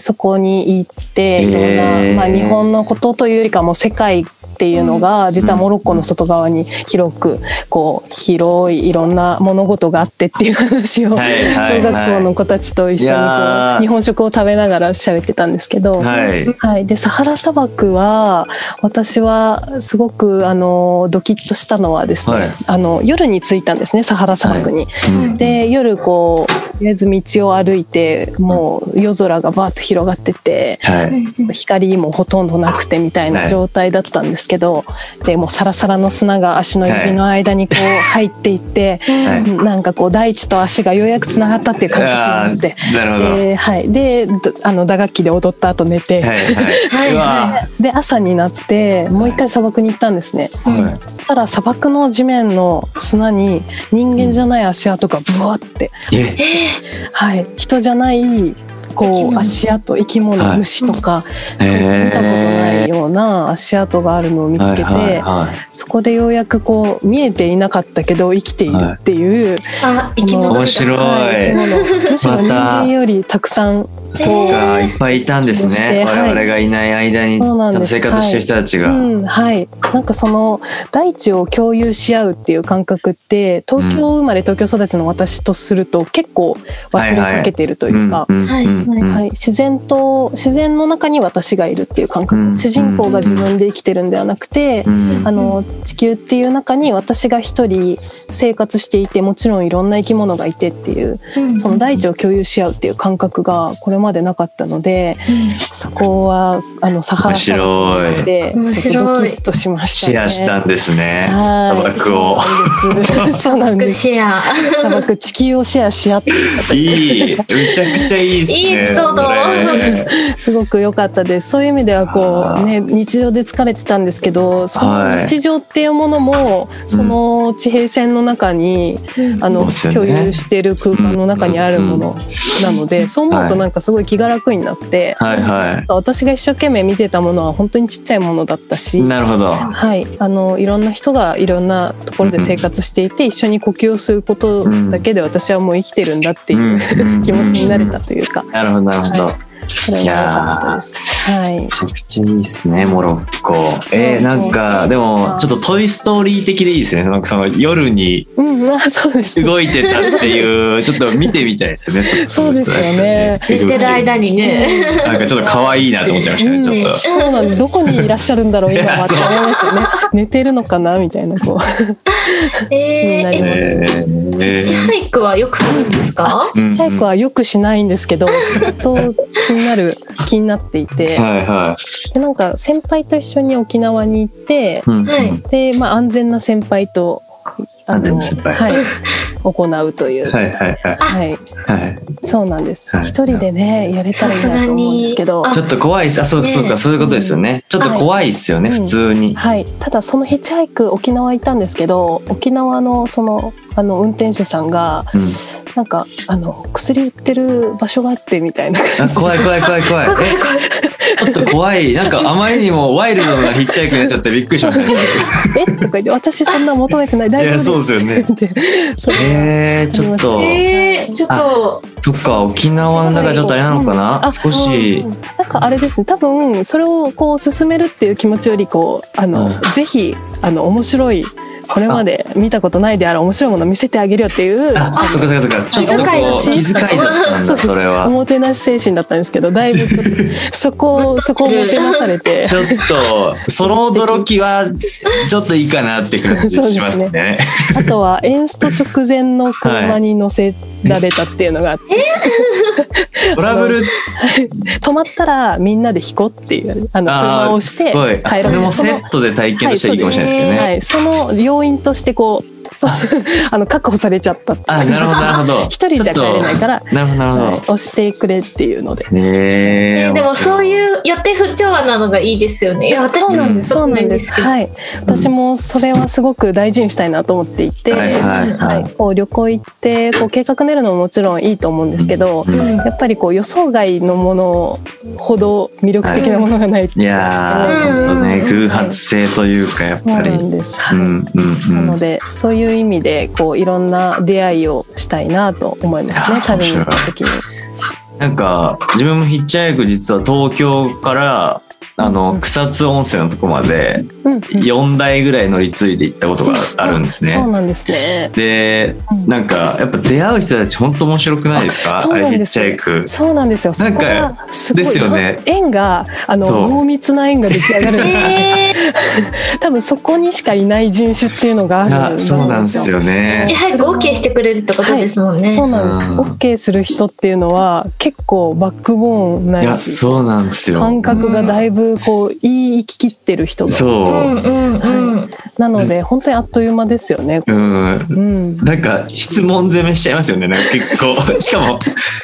そこに行って、いろんな
へー、
まあ、日本のことというよりかはもう世界っていうのが、実はモロッコの外側に広く、こう、広いいろんな物事があってっていう話を、
はいはい
小学校の子たちと一緒にこう
いやー
日本食を食べながら喋ってたんですけど、
はい
はい、でサハラ砂漠は私はすごくあのドキッとしたのはですね、
はい
あの夜に着いたんですねサハラ砂漠に。
うん
で夜こうとりあえず道を歩いてもう夜空がバーッと広がってて。
はい
光もほとんどなくてみたい
はい
な状態だったんですけど、でもうサラサラの砂が足の指の間にこう入っていって、
はい
なんかこう大地と足がようやくつながったっていう感覚に
あ
なって
ーなるほど、
ではい、でどあの打楽器で踊った後寝て、
はいは
はいいう
わ
で朝になってもう一回砂漠に行ったんですね、
ーは
そしたら砂漠の地面の砂に人間じゃない足跡がブワって、
いえ
はい、人じゃないこう
生き物
足跡生き物、
はい
虫とか、
へ
そう
ー
見たことないような足跡があるのを見つけて、
はいは
そこでようやくこう見えていなかったけど生きているっていう、
あ生き
い、
物
面
だ
白い、
はい生き物むしろ人間よりたくさん
そうかいっぱいいたんです
そし
ね
てはい
我々がいない間にち
そう
ゃ
なんん
と
です
生活してる人たちが、
うん、はい。なんかその大地を共有し合うっていう感覚って、東京生まれ東京育ちの私とすると結構忘れかけてるという
は
か、
い
はい、自然と自然の中に私がいるっていう感覚、
うん
主人公が自分で生きてるんではなくて、
うん
あの地球っていう中に私が一人生活していてもちろんいろんな生き物がいてっていう
うん
その大地を共有し合うっていう感覚がこれまでなかったので
う
そこはあのサハラ砂漠に行って
面白い
ちょっとドキッとしましたね。
シェアしたんですね砂
はい
漠を。
そうなん
ん
で
美
す。
しいや
砂漠地球をシェアし合って
いいめちゃくちゃいいですね
いいエピソード
それ
すごく良かったです。そういう意味ではこ
あー
うね日常で疲れてたんですけど、そ
は
の
い
日常っていうものもその地平線の中にあの
そうですよ
共
ね
有している空間の中にあるも
う
のなので、そう思うとなんかすごい気が楽になって、
はいは
私が一生懸命見てたものは本当にちっちゃいものだった
い
し。
なるほど
はい、あのいろんな人がいろんなところで生活していて、一緒に呼吸をすることだけで私はもう生きてるんだっていう、気持ちになれたというか、
なるほどなるほど
はいそれは良かったです。はい
め。ちゃくちゃいいですねモロッコえー、なんかでもちょっと「トイ・ストーリー」的でいいですねなんかその夜に
うん、あ、そうです。
動いてたっていうちょっと見てみたいですよねちょっと
そうですよね
寝てる間にね
なんかちょっと可愛いなと思っちゃいましたね、ちょっと。
そうなんです。どこにいらっしゃるんだろう、今
いや
はって
そう
思いますよね。寝てるのかなみたいな、こ
えー
気になり
え
ます
え
ヒッチハイクはよくするんですか
う。チャイコはよくしないんですけど、ずっと気になる、気になっていて。
はいは
で、なんか先輩と一緒に沖縄に行って、
い。うん
はい
で、まあ、安全な先輩と。あ
安全
の
の先輩
はい、行うという、
はいはいはい
はい、
はい。
そうなんです。
はい
一人でね、やれたらいいなと思うんですけど
さ、
ちょっと怖いです。あ、そう、
ねえ
そうか、そういうことですよね。ちょっと怖いですよね、
はい
普通に。
はい、ただそのヒッチハイク沖縄行ったんですけど、沖縄のそのあの運転手さんが
うん。
なんかあの薬売ってる場所があってみ
[LAUGHS]
たいな感
あ
じで。
怖い怖い怖い怖い。
怖い怖い
え、ちょっと怖い。なんかあまりにもワイルドなヒッチハイクになっちゃってびっくりしましたね。
えとか言って私そんな求めてない大丈夫です。
いやそう
ですよね。そう
えー、ちょっと、
えー、ちょっと
そっか、沖縄の中ちょっとあれなのか
うん
な
あ
少し
う、んなんかあれですね多分それをこう進めるっていう気持ちよりこうあ
う
の、
ん
ぜひあの面白いこれまで見たことないである面白いものを見せてあげるよっていう
あ、そっかそっかそっか、ちょっとこう、気
気遣い
遣いだったん
そ
だ、
うです
それ
お
は。
もてなし精神だったんですけどだいぶちょっとそこそこをもてなされて
ちょっと、その驚きは、ちょっといいかなって感じします
そうで
ね。
あとはエンスト直前の車に乗せられたっていうのがあって、
トラブル
止まったらみんなで引こうっていうあの
あー
車を押して
すごい。あ
帰
それ
ろう
も
そ
セ
の
ットで体験としていいかもしれないですけどね。
はい、その要因としてこうそう [LAUGHS] あの確保されちゃったっていう
あ、なるほど、なるほど。
一人じゃ帰れないから、
なるほど、なるほ
はい
ど。
押してくれっていうので。
へ
え
え
ーでもそういう予定不調和なのがいいですよね。いや私
そう
た
なんで
ち
すそ
そうう
な
なんん
で
ですすけど。
はい私もそれはすごく大事にしたいなと思っていて、
はいはいはい
はいこう旅行行ってこう計画練るのももちろんいいと思うんですけど、
うん
うん
やっぱりこう予想外のものほど魅力的なものがないって
いうや
う
ー、
ん
ほんとね、
うん
偶発性というか、やっ
そう
ぱり。
な
うん
んです、
う
はい
ん
な
うん
の。でそういう意味でこういろんな出会いをしたいなと思いますね
いや
旅に行った時に。
なんか、自分もヒッチハイク、実は東京から、あ
う
の
ん
草津温泉のとこまで
うんうん
4台ぐらい乗り継いで行ったことがあるんです
そう
ね。
なんですね。
で
うん
なんかやっぱ出会う人たち本当面白くないですか
あ
あ
そう
れ
なん
ヒッ
です
チハイク。
そうなんですよ。そ
なん
こ
か
がすごい
ですよね
縁があの
そう
濃密な縁が出来上がるん
[LAUGHS]
ですよ。
えー、
多分そこにしかいない人種っていうのが
い
ある
やそうなんです。よね
い。ち早く OK してくれるってことですもんね。
そうなんです。
うん
オッケーする人っていうのは結構バックボーン
い
な
や
いし、
そうなんですよ。
感覚がだいぶこう言いき切ってる人が
そうう、
んうんうん。
なので本当にあっという間ですよね。
うん、
うん。
なんか質問攻めしちゃいますよねなんか結構しかも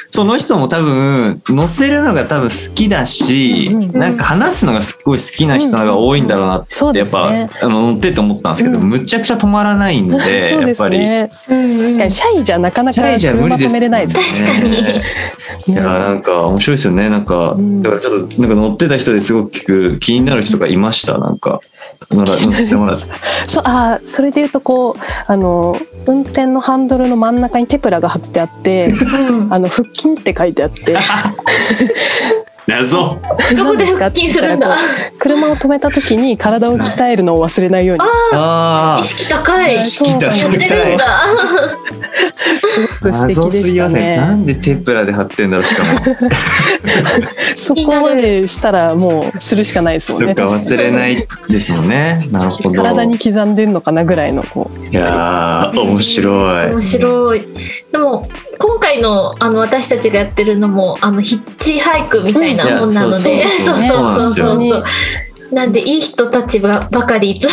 その人も多分載せるのが多分好きだし、
うんうんうん
なんか話すのがすごい好きな人が多いんだろうなって、
そう
や
で
っ
す
ぱ、
ね。
あの乗ってて思ったんですけど、
うん
むちゃくちゃ止まらないんで
[LAUGHS] そう
や
で
っ
す
ぱり。
ね。
うんうん
確かにシャイじゃなかな
シ
か
ャイじゃ無
車
理で
止
す
めれないですね。
ね
確かに
いやなんか面白いですよねなんか、
うん
だからちょっとなんか乗ってた人ですごく聞く気になる人がいましたなんか乗ら乗せてもらって
そうあーそれで言うとこうあの運転のハンドルの真ん中にテプラが貼って
[LAUGHS]
あって
うん
あの腹筋って書いてあって [LAUGHS]
謎
どこで腹筋するんだ
何。ですかって言ったらこう車を止めた時に体を鍛えるのを忘れないように
あ
意
ー
識高い。
意
や
識高
そうなん
っ
で
て
すよ
るんだ。
すごく素
謎
敵です
ぎ
した
ません
ね
なんでテンプラで貼ってんだろうしかも
[LAUGHS] そこまでしたらもうするしかないですもん
そ
ね
っか忘れないですもんね。なるほど。
体に刻んでんのかなぐらいのこ
い
う
やー面白い。
面白い。でも今回のあの私たちがやってるのもあのヒッチハイクみたい
い
な
や
もんなので、
そ
そうう
そうそう
そう
そ
そうう
なんです
そ
よ
う。なんでいい人たちばばかりいつも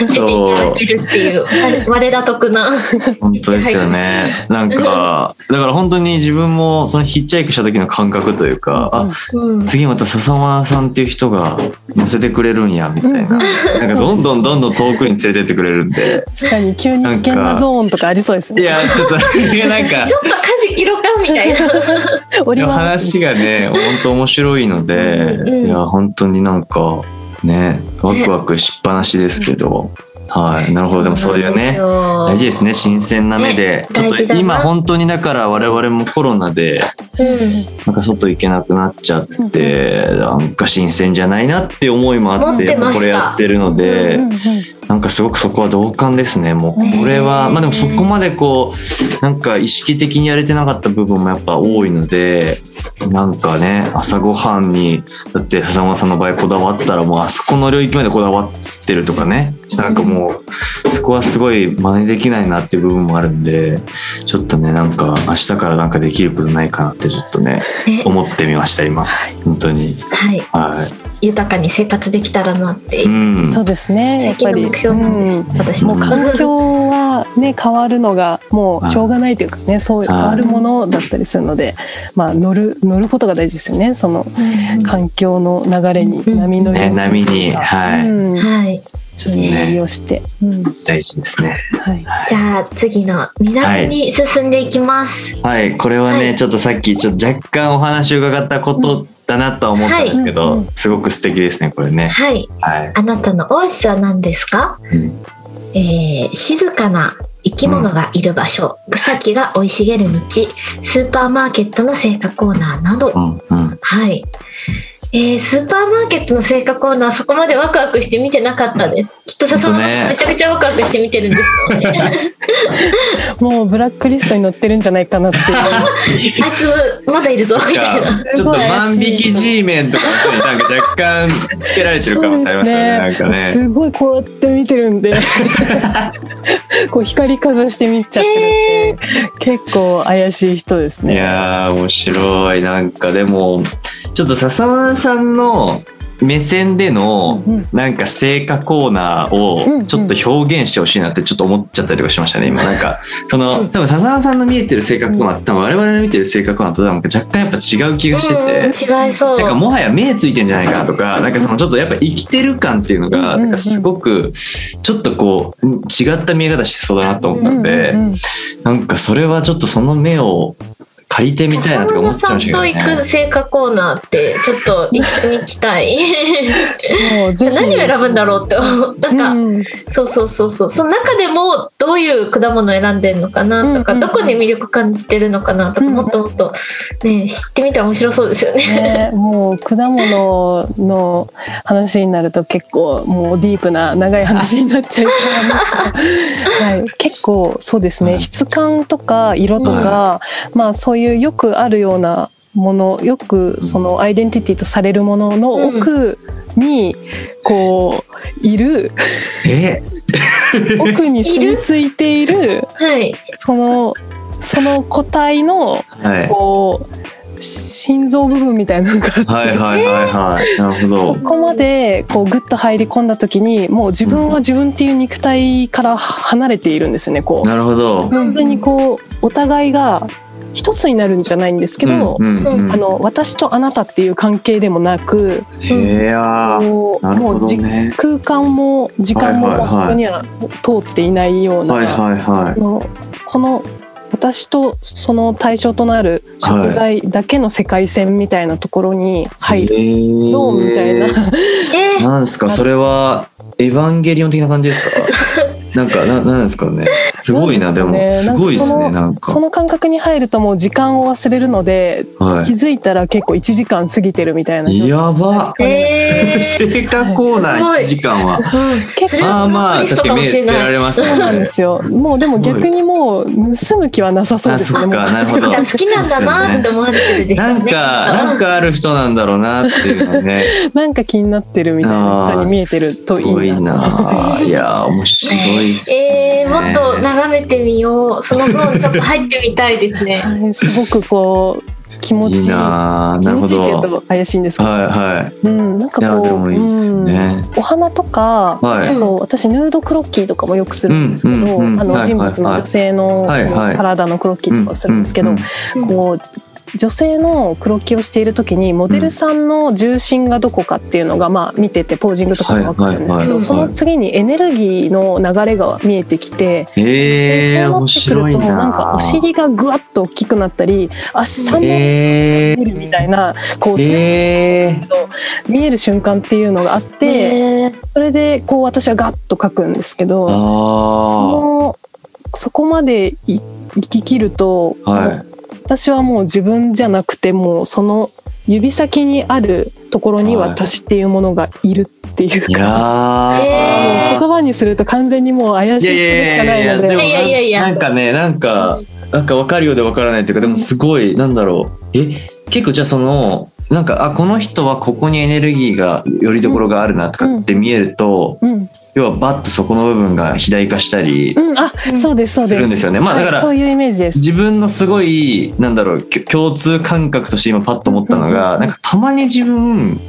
出ていただけるっていう我我ら得な。
本当ですよね。なんかだから本当に自分もそのヒッチハイクした時の感覚というか、
うん
あ
うん
次また笹間さんっていう人が乗せてくれるんやみたいな。なんかどんどんどんどん遠くに連れてってくれるんで。
確かに急に危険
なんか
なゾーンとかありそうです
い
ね
やちょっといやなんか
[LAUGHS]
ち。ょっと舵切ろうかみたいな。
降ります
話がね本当面白いので、
うん
いや本当になんかねワクワクしっぱなしですけど、はいなるほどでもそういうね
大
大事ですね新鮮な目で、
ね
ちょっ
大事
と
だな
今本当にだから我々もコロナでなんか外行けなくなっちゃって、なんか新鮮じゃないなって思いもあって
持ってま
こ
した
れやってるので、
うんうんうん
なんかすごくそこは同感ですねも
ね
うこれは、まあでもそこまでこうなんか意識的にやれてなかった部分もやっぱ多いのでなんかね朝ごはんにだって笹山さんの場合こだわったらもうあそこの領域までこだわってるとかねなんかもうそこはすごい真似できないなっていう部分もあるんでちょっとねなんか明日からなんかできることないかなってちょっとね
ね
思ってみました今本当に
はい
はい
豊かに生活できたらなって
うん
そうですねやっ
最近の
ぱり
目標なんで
うん
私も
もう
環境はね、変わるのがもうしょうがないというかね、そういう変わるものだったりするので、まあ、乗る、乗ることが大事ですよね。その環境の流れに、
うん
波の
ね
様子
波に、はい、
うん、
はい。
ちょっと
利
ね、
用して、うん、
大事ですね。
はい。
じゃあ次の南に進んでいきます。
はい、これはね、
はい
ちょっとさっきちょっと若干お話伺ったことだなとは思ったんですけど、
はい
すごく素敵ですね、これね。
はい。
はい。
あなたのオアシスは何ですか、
うん
えー静かな生き物がいる場所、草木が生い茂る道、スーパーマーケットの成果コーナーなど、
うんうん。
はい。えースーパーマーケットの成果コーナー、そこまでワクワクして見てなかったです。きっと笹村さん、
本当ね
めちゃくちゃワクワクして見てるんですよ
[LAUGHS]
ね。
もうブラックリストに載ってるんじゃないかなっていう。
あいつ、まだいるぞ、みたいな。 [LAUGHS]
ちょっと万引き G メンとかの人になんか若干つけられてる可能性ありますよね。なんかね。
すごいこうやって見てる
[LAUGHS]
んで、こう光かざして見ちゃってるんで、結構怪しい人です
い
ね。
やー面白いなんかでもちょっと笹村さんの目線での
うんうん
なんか成果コーナー
うんう
を
ん
ちょっと表現してほしいなってちょっと思っちゃったりとかしましたね今なんかその多分笹村さんの見えてる成果コーナーって多分我々の見てる成果コーナーとなんか若干やっぱ違う気がしてて。
うん、違いそう。
なんかもはや目ついてんじゃないかなとか、なんかそのちょっとやっぱ生きてる感っていうの
うんうん
が、
うん
なんかすごく、ちょっとこう、うん違った見え方してそうだなと思ったんで、
うんうんうん
なんかそれはちょっとその目を借りてみたいなとか思っちゃいまし
笹
た
村
け
さんと
ど、
行く
ね。
成果コーナーってちょっと一緒に行
[LAUGHS]
きたい
もうぜひ
何を選ぶんだろうって思うなんか、
うん
そうそうそうそうその中でもどういう果物を選んでるのかなとか、
うんうんう
ど
ん
こに魅力感じてるのかなとか、
うん
もっともっとね知ってみたら面白そうですよね。 [LAUGHS]
ね、もう果物の話になると結構もうディープな長い話になっちゃいそうなんですけど、はい、結構そうです
うん
ね質感とか色とか、まあそういうよくあるようなものよくそのアイデンティティとされるものの奥にこうい [LAUGHS] る
え
奥に住み着いている
はい、
そのその個体の
はい。
こう心臓部分みたいなのがあっ
は
て。
いはいはいはい。なるほ
そ
ど。
こまでこうグッと入り込んだ時にもう自分は自分っていう肉体から離れているんですよねこう
なるほど。
本当にこうお互いが一つになるんじゃないんですけど、
うんうんうん
あの私とあなたっていう関係でもなく
いやー
こう
なるほ
もう
ど
じ
ね。
空間も時間も
はいはいは
もう
い
そこには通っていないような、
はいはいは
あのこの私とその対象となる食材だけの世界線みたいなところに
い。
入る、
い
ゾーンみたいな。
えー
なんですかそれはエヴァンゲリオン的な感じですかなんかななんですかねすごいなで
なん
も
です
す
かね
ごいですねなん
そ
か
の感覚に入るともう時間を忘れるので、
は
気づいたら結構1時間過ぎてるみたいない状態
やば
えー
成果コーナー
すごい
1時間は
結
それ
構
ま
は
あまあ
リス
確か
トか
に
も
目
し
つけ
れない
られます
そうなん
ね
ですよもうでも逆にもう盗む気はなさそうです
あそ
ね
っかなるほど
好きなんだなって思われてるでしょ
な
うんね。
か、なんかある人なんだろうなっていうのね。
なんか気になってるみたいな人に [LAUGHS] 見えてると
す
いい
ごい
な
な。いやー、面白いっすね。
[LAUGHS] えー、もっと眺めてみよう。その分ちょっと入ってみたいですね。
はいすごくこう気持ちいい
いいなー。
気
なる
持
ほ
ちいい
ど。
って言う
は
と怪しいんです
い
けど、
は
うん、な
い。
ん
い
か
や、
こう
でもいいっすよね。
うんお花とか
はい。
あと私ヌードクロッキーとかもよくするんですけど、
うんうんうん
あ
はい
の人物の女性の
はいはいはい
体のクロッキーとかをするんですけど、
うんうん
うん
こう女性のクロッキーをしている時にモデルさんの重心がどこかっていうのが、まあ、見ててポージングとかで分かるんです
はい
は
け
いはいはい
どその次にエネルギーの流れが見えてきて。
え
で
ー、
そうな
面
ってくる
白い
と
な。
なんかお尻がぐわっと大きくなったり足3本
え
見るみたいなこう
ー、
それ
え
見える瞬間っていうのがあって
え
それでこう私はガッと描くんですけど。
ー、あ
もうそこまでい行ききると、
あ。はい。
私はもう自分じゃなくてもうその指先にあるところに
はい
私っていうものがいるっていう
いや
か、
ー。
え
言葉にすると完全にもう怪しい人しかないので
でも
いやいやいや
なんかねなんかなんか分かるようで分からないというかでもすごいなんだろうえ結構じゃあそのなんかあこの人はここにエネルギーがよりどころがあるなとかって見えると、
うんうん
要はバッとそこの部分が肥大化したり
うん、あ、
うん
そうですそうです
するんですよねまあだから
はいそういうイメージです
自分のすごいなんだろうきょ共通感覚として今パッと思ったのがなんかたまに自分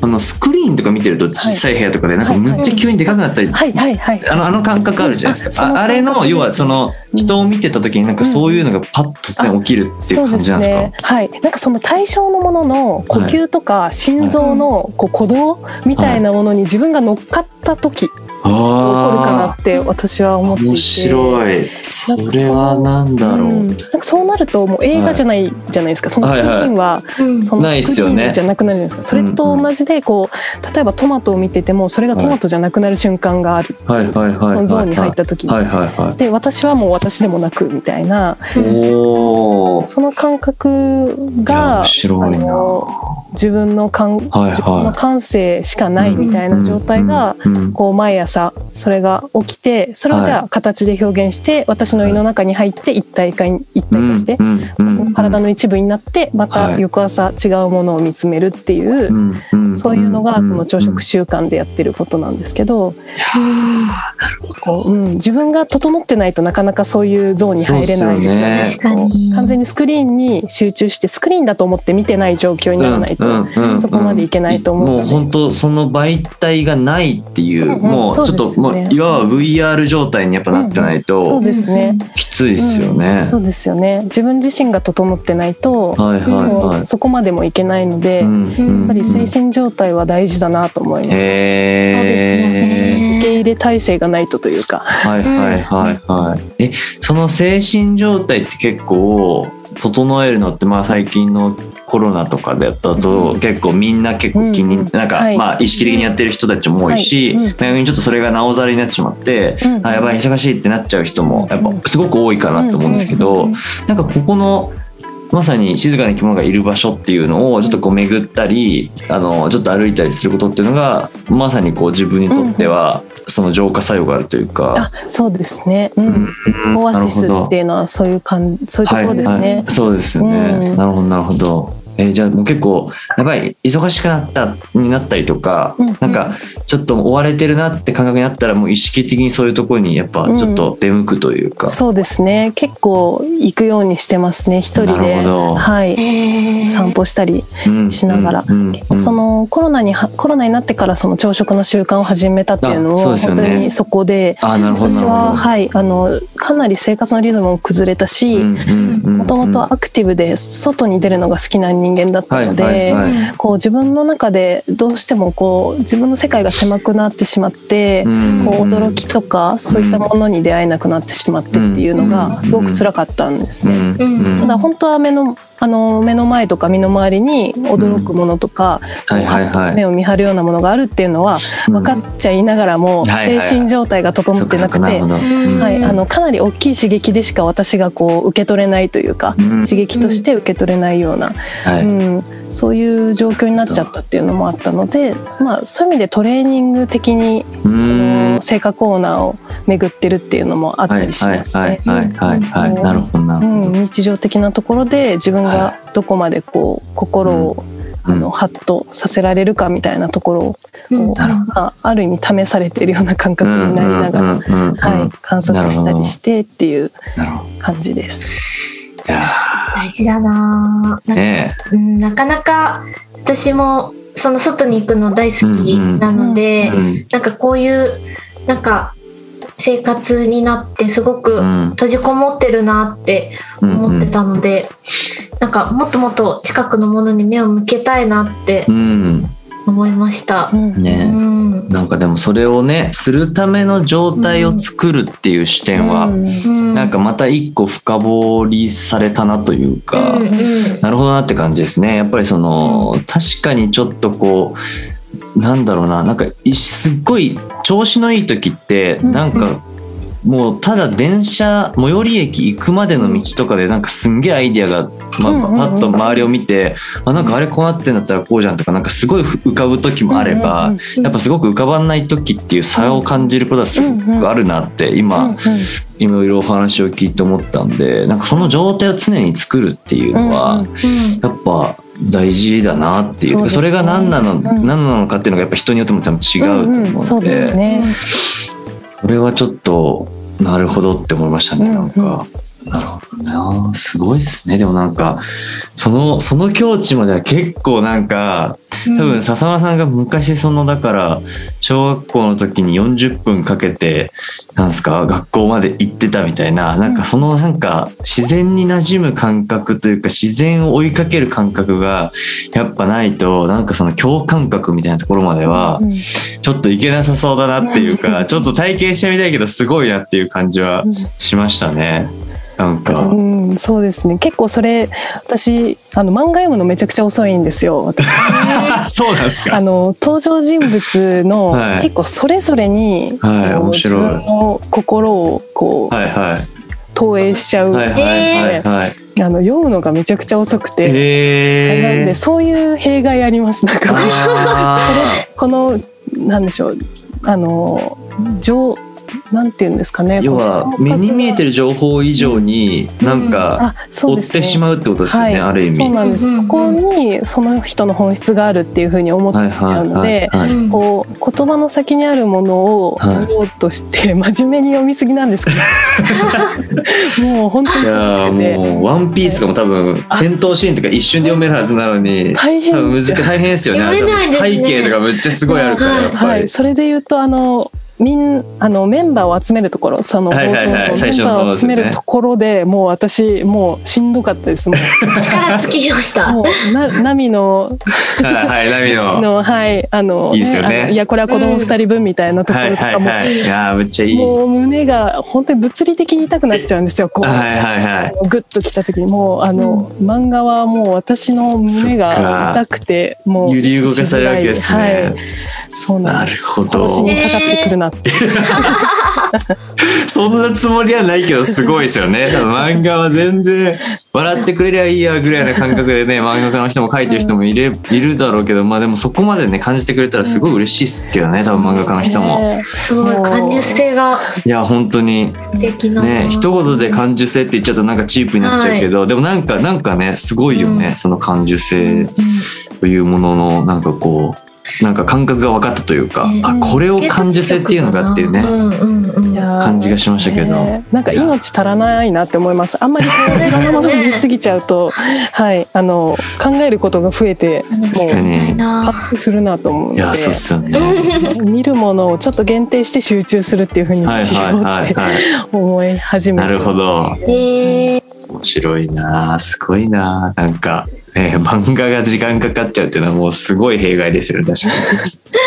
あのスクリーンとか見てると小さい部屋とかでなんか
はい
めっちゃ急にでかくなったり
はいはいはい
あのあの感覚あるじゃないですか
うんあ
ああれ
その感覚
の
です
要はその
うん
人を見てた時になんかそういうのがパッと突然起きるってい
そううで
感じ
す
なんです
ねはいなんかその対象のものの呼吸とか心臓のこう鼓動みたいなものに自分が乗っかった時起こ
か
るかな
あ
って私は
あ
思っていて
面白いそれはなんだろ
うん、な
うん
かそうなるともう映画じゃないじゃないですか、そのスクリーンは
うん
その
ないっ
ス
す
クリ
よ
ーン
ね
じゃなくなるんですか、それと同じでこう例えばトマトを見ててもそれがトマトじゃなくなる瞬間がある、
はいはいはい
そ
は
の
い
ゾーンに入っ
は
た時に、
いはいは
で私はもう私でもなくみたいな
いうおお
その感覚が
面白い
あの
な
自分の感
はい
自分の
は
感性しかない
うん
みたい
い
な状態が、
うんうんうん
こう毎朝それが起きてそれをじゃあ形で表現して私の胃の中に入って一体化に一体化して
うんうんうん
その体の一部になってまた
はい
翌朝違うものを見つめるっていう。
んんん
そういうのがその朝食
し
習慣でやってることなんですけど、
ん
こううん、自分が整ってないとなかなかそういうゾーンに入れないですよね。
そうっすよね
こう
確かに
完全にスクリーンに集中してスクリーンだと思って見てない状況にならないと、そこまでいけないと思うの
も
で
う本当その媒体がないっていう、
うんうん
もうちょっ
そうで
と
すよね
もういわば VR 状態にやっぱなってない
そ
と
うですね。
きついですよね
そ。うですよね自分自身が整ってないと、
はいはいは
そう
い
そこまでもいけないので、
う
や
んうんうん。
っぱり精神状態は大事だなと思います、
へー
そうですよね
受け入れ体制がないとというか、
はいはいはいはい。えその精神状態って結構整えるのってまあ最近のコロナとかだったと結構みんな結構気に、
うん
なんか、
はい
まあ意識的にやってる人たちも多いし、
はいうん
逆にちょっとそれがなおざりになってしまって、
うん
あやばい忙しいってなっちゃう人もやっ
うん
ぱすごく多いかなと思うんですけど、
うん
なんかここのまさに静かな生き物がいる場所っていうのをちょっとこう巡ったりあのちょっと歩いたりすることっていうのがまさにこう自分にとってはその浄化作用があるというか。
あそうですね、うん
うん
オアシ
な
ス
る
っ
ほど
ていうのはそういう感そういうところです
はいは
ね
い、、そうですよね、
うん
なるほどなるほどえーじゃあもう結構やばい忙しくなったになったりとか、
うん
なんかちょっと追われてるなって感覚になったらもう意識的にそういうところにやっぱちょっと出向くというか、
そうですね結構行くようにしてますね一人
な
で
るほど
はい
へー
散歩したり
うん
しながら
うんうん
そのコロナにはコロナになってからその朝食の習慣を始めたっていうのを
あそうですよ
本
ね
当にそこで
あーなるほど
私は
な
はいあのかなり生活のリズムも崩れたし
るほど
もともとアクティブで外に出るのが好きな人間だったの
はい
で
はい
こう自分の中でどうしてもこう自分の世界が狭くなってしまって。こう驚きとかそういったものに出会えなくなってしまってっていうのがすごく辛かったんですね。
うん
ただ本当は目のあの目の前とか身の回りに驚くものとか、
うんはいはいはい
こうパッと目を見張るようなものがあるっていうのは分かっちゃいながらも、
んはいはいはい
精神状態が整ってなく
うんそ
て。
っかそっかるほどうん
うん
はい、あのかなり大きい刺激でしか私がこう受け取れないというか、
うん
刺激として受け取れないような、
は
う
い
んそういう状況になっちゃったっていうのもあったので、まあ、そういう意味でトレーニング的に、
う
あ
ん
の成果コーナーを巡ってるっていうのもあ
は
った
い
りし
はい
ますね。
はいはいはいはい
うん
なるほどなる
う
ほ
ん、
ど
日常的なところで自分がどこまでこう心を、
うん
あのハッとさせられるかみたいなところをこう、
うん
なるほ
まあ、ある意味試されてるような感覚になりながら、
うんうんうんうん
はい、観察したりしてっていう
なるほど
感じです。
いや
大事だな
ー
なんか
ね
うんなかなか私もその外に行くの大好きなので、
えうん
なんかこういうなんか生活になってすごく
うん
閉じこもってるなって
うん
思ってたので、なんかもっともっと近くのものに目を向けたいなって
うん
思いました。
うん
う
ね
ん、
なんかでもそれをねするための状態を作るっていう視点は、
うん
うん、
なんかまた一個深掘りされたなというか、
うんうん
なるほどなって感じですね。やっぱりその、確かにちょっとこう、なんだろうな、なんかいすっごい調子のいい時って、
うん
なんか、もうただ電車最寄り駅行くまでの道とかでなんかすんげえアイディアが、ま
うんうんうん
パッと周りを見て、あなんかあれこうなってんだったらこうじゃんとかなんかすごい浮かぶ時もあれば、
うん
やっぱすごく浮かばない時っていう差を感じることはすごくあるなって今、
うんうん
いろいろお話を聞いて思ったんでなんかその状態を常に作るっていうのは、
うん
やっぱ大事だなっていう
そう
そ
ですね
れが何なの、
ん
何なのかっていうのがやっぱ人によっても多分違うと思うので,、
んん、そうですね。
それはちょっとなるほどって思いましたね、
うんうん
なんか。なるほどなすごいですねでもなんかそのその境地までは結構なんか多分笹間さんが昔そのだから小学校の時に40分かけてなんですか学校まで行ってたみたいななんかそのなんか自然に馴染む感覚というか自然を追いかける感覚がやっぱないとなんかその共感覚みたいなところまでは
うん
ちょっといけなさそうだなっていう
[LAUGHS]
か、ちょっと体験してみたいけど、すごいなっていう感じはしましたね。なんか。
うん、そうですね。結構それ、私、あの漫画読むのめちゃくちゃ遅いんですよ。私
[LAUGHS] そうなんです
あ
か。
の登場人物の、
[LAUGHS] はい
結構それぞれに、
はい
こう
面白い
自分の心をこう、
はいはい
投影しちゃう、
はいはいはいはい。
あの読むのがめちゃくちゃ遅くて、な
え
ので
え。
そういう弊害あります。なんか [LAUGHS]
あ
このなんでしょうあの情なんていうんですかね
ー要は目に見えて
る
る情報以上になんか追ってしまうってことですよね、ある意味。
そう
は
なんです、
うんうんうん
そこにその人の本質があるっていうふうに思っ
い
ちゃ
は
う
い
ので、
はいはい。
こう言葉の先にあるものを
はい
見ようとして、真面目に読みすぎなんですけ
[LAUGHS]
どもう本当に
いやー
忙しくて
もうワンピースとかも多分戦闘シーンとか一瞬で読めるはずなのに
大
多
変
分難しい大変ですよね
読めないですね
背景とかめっちゃすごいあるからやっぱ
は
り
い、それで言うとあのみんあのメンバーを集めるところその
はいはいはい
冒頭
最初
メン
の
バー
方
を
です
集
よね
めるところでもう私もうしんどかったですも
[LAUGHS]
う
力尽きました。
もうな波の
はいはい、ナミの。
のはいあの
いいですよね
あのいやこれは子供二人分みたいなとこ
は
ろ
い
と
は
か
い
も、
はい。いやー、めっちゃいい。は
もう胸が本当に物理的に痛くなっちゃうんですよこう、
いはいはい。
グッときた時にもうあの、漫画はもう私の胸が痛くてもう
揺り動かされるわけですね。
はい、そうな
なん
で
る
す
ほど。
殺しにかかってくるなって、
そんなつもりはないけど、すごいですよ
[LAUGHS]
ね。多分漫画は全然、笑ってくれりゃいいやぐらいな感覚で
[LAUGHS]
ね、漫画家の人も書いてる人もいれいるだろうけど、まあでもそこまでね、感じてくれたらすごい嬉しいっすけどね、多分漫画家の人も。
ね
すごい感受性が
いや、本当に。
素敵な。
ね、一言で感受性って言っちゃうとなんかチープになっちゃうけど、でもなんか、なんかね、すごいよね、
うん
その感受
うんう
性
ん
というもののなんかこうなんか感覚が分かったというか、
うん
あこれを感受性っていうのかっていうね、
うんうんうん。
いやー
感じがしましたけど
ねなんか命足らないなって思いますあんまりこ
[LAUGHS]
ういろんなものを見すぎちゃうと、はいあの考えることが増えても
確か
う
にい
パ
な
ッとするなと思うので
やそうっすよねはい
見るものをちょっと限定して集中するっていうふうに
はい
しようっ
はい
[LAUGHS]
て
はい
思い始め
な
て
るほど
えー
面白いなすごいななんか、えー漫画が時間かかっちゃうっていうのはもうすごい弊害ですよね確
[LAUGHS]
かに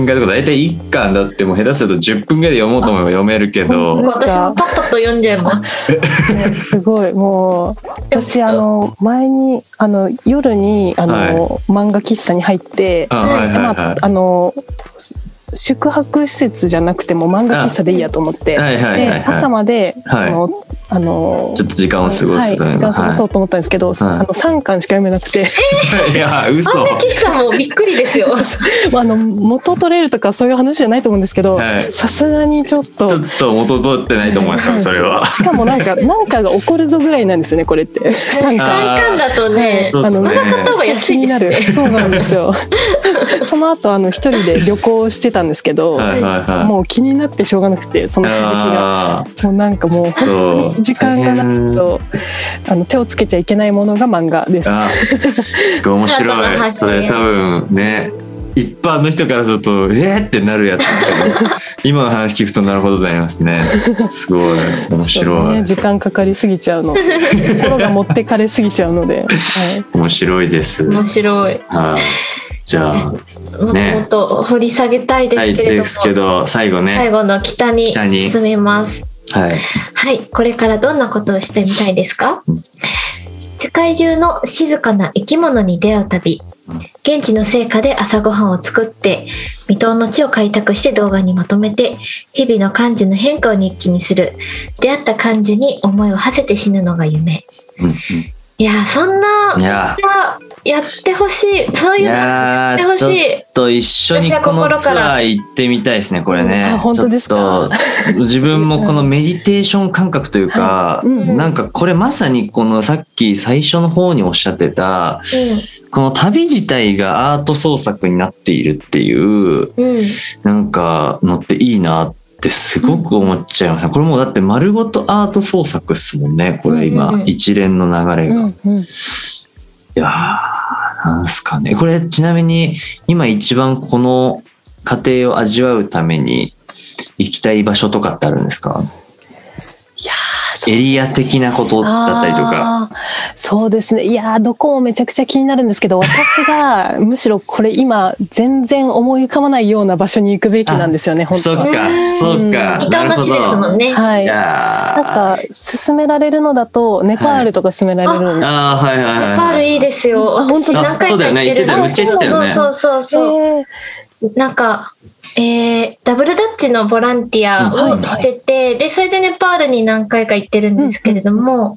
漫画とか大体1巻だってもう下手すると10分ぐらいで読もうと思えば読めるけ
本当
ど
です
私
か
もパッパと読んじゃいます。
ねすごいもう私あの前にあの夜にあの、
はい
漫画喫茶に入って、
あはいはい
ま
は
ああのし宿泊施設じゃなくても漫画喫茶でいいやと思って、
いはいはいはい
で朝
は
まで、
はい
そのあの
いちょっと時間を過ご
は
す
い、
ため
時
の
間過ごそうと思ったんですけど、あの3巻しか読めなくて
はい、いや嘘
あんな岸さんもびっくりですよ。
[LAUGHS] まああの元取れるとかそういう話じゃないと思うんですけど
はい
さすがにちょっと
ちょっと元取ってないと思いますよ、それは。
しかもな
[LAUGHS]
んかなんかが起こるぞぐらいなんですよねこれって3
三
巻。
巻だとね、
そうっすね
あの
漫画買った方が安いですね。
そうなんですよ。 [LAUGHS] その後あの一人で旅行してたんですけど、
はいはいはい。
もう気になってしょうがなくてその続きが
あー
もうなんかもう
そう
時間がないとあの手をつけちゃいけないものが漫画です。
あすごい面白いそれ多分ね一般の人からするとえー、ってなるやつですけど今の話聞くとなるほどになりますねすごい面
ちょっと
白い
ね、時間かかりすぎちゃ
[LAUGHS]
うの心が持ってかれすぎちゃうので、はい
面白いです
面白い。
はいじゃあ
もっともっと掘り下げたいで
は
す
い
けれど
で
も、
すけど最後
最
ね
後の北に
北に
進みます。
はい
はい、これからどんなことをしてみたいですか
うん
世界中の静かな生き物に出会う旅
うん
現地の成果で朝ごはんを作って未踏の地を開拓して動画にまとめて日々の感受の変化を日記にする出会った感受に思いを馳せて死ぬのが夢
うんうん
いやそんない
や
やってほしいそう
い
いうのや
や
って
ー
ほ
ち
しい
ょっと一緒にこのツアー行ってみたいですねこれね、
あ本当ですか
ちょっと自分もこのメディテーション感覚というか、
うんうん
なんかこれまさにこのさっき最初の方におっしゃってたこの旅自体がアート創作になっているっていう
うんうん
なんかのっていいなってすごく思っちゃいました、これもうだって丸ごとアート創作ですもんねこれ今、
うんうんうん
一連の流れが。
うんうん
いやーなんすかね。これちなみに今一番この過程を味わうために行きたい場所とかってあるんですか
いやーそう
エリア的なことだったりとか。
あーそうですねいやーどこもめちゃくちゃ気になるんですけど私が [LAUGHS] むしろこれ今全然思い浮かばないような場所に行くべきなんですよね本当
そ
は
っか
うん、
そっか。な
板
るほ
町
ど。
ですもんね
はい
い
なん
やー
か勧められるのだとネパールとか勧められるんです
あー、はいはいはい
ネパールいいですよ。
あ本当
私
だ
何回か行ってるん
あそうだよね言ってたよめっちゃ言ってたよね
そうそうそうそう。
えー
なんか、えーダブルダッチのボランティアをしてて、で、それでネパールに何回か行ってるんですけれども、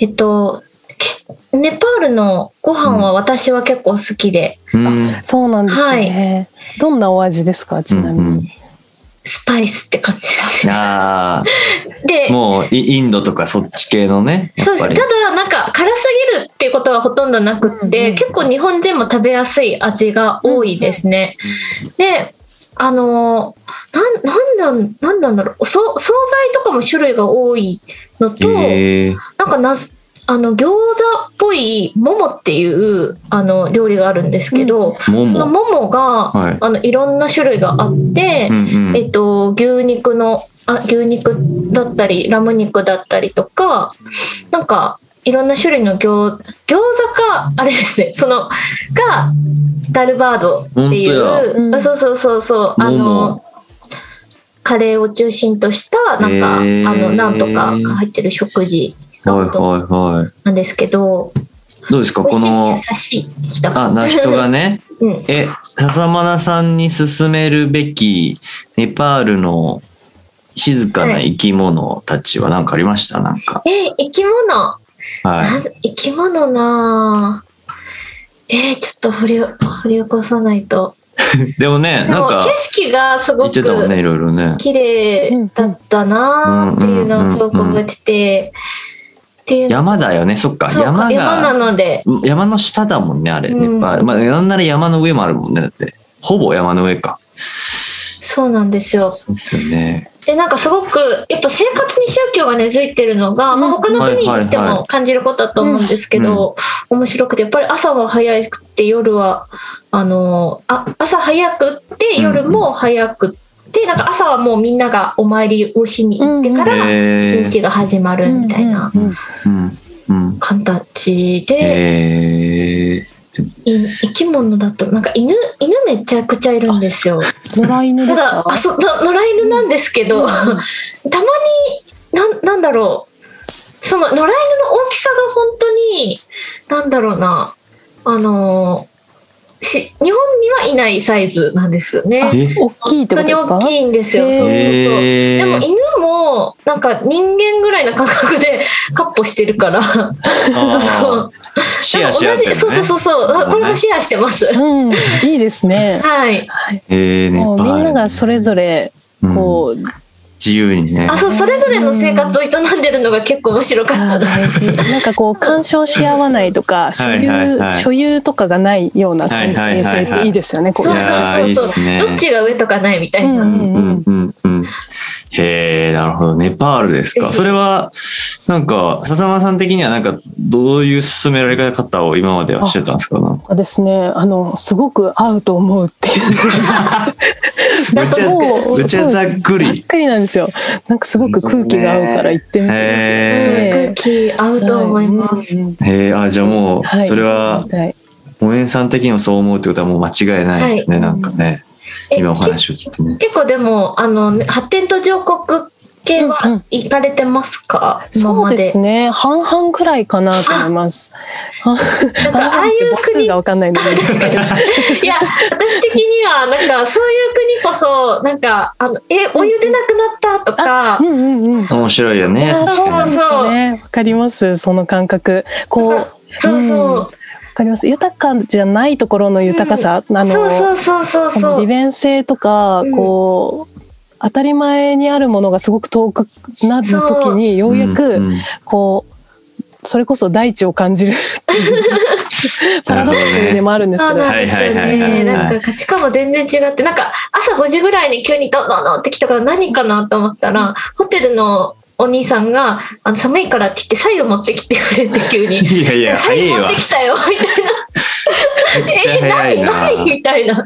えっと、けネパールのご飯は私は結構好きで、
うん
そうなんですね、どんなお味ですかちなみに、
うんうん
スパイスって感じですね。
あ
で
ー、もうイインドとかそっち系のね。や
そう
っ
です
ぱ
た
り
だなんか辛すぎるっていうことはほとんどなくって、
うんうん
結構日本人も食べやすい味が多いですね。であのーなんなんなんなんなんだろうそ惣菜とかも種類が多いのと、
えー
なんかなすあの餃子っぽいももっていうあの料理があるんですけど、
も
その
も。
ももが、
はい
あのいろんな種類があって。
うんうん
えっと、牛肉のあ牛肉だったりラム肉だったりとかなんかいろんな種類の餃餃子かあれですね [LAUGHS] そのがダルバードっていう、
本当
やうん
あそうそうそうそう
も
あの
も
カレーを中心としたなんか、
へー
あのなんとかが入ってる食事
はいはいはい。
なんですけど
どうですか
美
こ
味
の
しいし優しい人
あな人が
[LAUGHS]
ね
うん、
え笹間奈さんに勧めるべきネパールの静かな生き物たちは何かありましたなんか
え生き物
は
なん生き物なぁえー、ちょっと振り振り起こさないと
いでもね
で
なん
も
か
景色がす
言
ご
ってたもんね
く
いろいろね
綺麗だったなぁっていうのはすごく覚えててっていうの
山だよねそっか
そう
山
山な
が
ので
山の下だもんねあれ
うん
ネパールまあなんなら山の上もあるもんねだってほぼ山の上か
そうなんですよ
ですよね
でなんかすごくやっぱ生活に宗教が根付いてるのが、まあ、
うん
他の国に行って
はいはいは
も感じることだと思うんですけ
うん
ど、面白くてやっぱり朝は早くて夜はあのあ朝早くって夜も早くって、なんか朝はもうみんながお参りをしに行ってから一
え
日が始まるみたいな
うんうんうん
うんうん
形で、
えー
い生き物だとなんか犬犬めちゃくちゃいるんですよ。
野良犬
た
ですか
だあそうの野良犬なんですけど、
うん
たまになんなんだろうその野良犬の大きさが本当になんだろうなあのし日本にはいないサイズなんですよ
あ
ね。
え
大きいって
本当に
ことですか
大きいんですよ。
へー
そうそうそう。
え
でも
ー
犬もなんか人間ぐらいの感覚で [LAUGHS] カッポしてるから、
あーシェアし合
同
ってる
じ
ね
そうそうそうそう。これもシェアしてます。
うん、いいですね。
はい。
えー、ネパ
も
ー
う
ル
みんながそれぞれ
うん
こう、
自由にね
あ、そうそれぞれの生活を営んでるのが結構面白かった
あー
です。
大事なんかこう干渉し合わないとか所有
はいはい
所有とかがないような関係性っていいですよね。こう
そう
いや
そうそうそう
いやーいいっすね
どっちが上とかないみたいな、
う
うんうんうんうんへえなるほどネパールです
ぜ
か
ひ
それはなんか笹間さん的にはなんかどういう進められ方を今まではしてたんですかなん
[LAUGHS]
か
がですね、あのすごく合うと思うって
[LAUGHS]
いう。
なんかもう
めちゃざっく
ざっ
り
くりなんですよ。なんかすごく空気が合うから行ってみて。
へ
空気合うと思います、
はい。うん
えへえあじゃあも
は
う
い
それは
はい
応援さん的にもそう思うってことはもう間違いないですねなんかね
え
今お話を聞いてね
け結構でもあの発展途上国系
うんう
は
ん
行かれてますか、今
そう
まで
ですね。半々くらいかなと思います。
なんかああいう
母数
国
がわかんないので。
[LAUGHS] いや私的にはなんかそういう国こそなんかあのえお湯出なくなったとか、
うんうんうん。
面白いよ
[LAUGHS] い
ね
や
確
そう
か
なん
に
ですよね。わかります。その感覚。こう、
そうそう。
わかります。豊かじゃないところの豊かさ、あの
そうそうそうそう
この
そ
利
う。
便性とか、
うん
こう当たり前にあるものがすごく遠くなる時にようや
う
く
んうん
こうそれこそ大地を感
[LAUGHS]
じるっていうパラドックスでもあるんです
そ
け
う
ど。
なんですよ
はいはい
はいは
ね。
い
なんか価値観も全然違って、なんか朝5時ぐらいに急にどんどんどんって来たから何かなと思ったら、ホテルのお兄さんがあの寒いからって言って、左右持ってきてくれて急に。
いやいや、早
左右
い
持
わ
って。きたよ、みたいな。
めっちゃ
え、
早い
何
な。
何みたいな。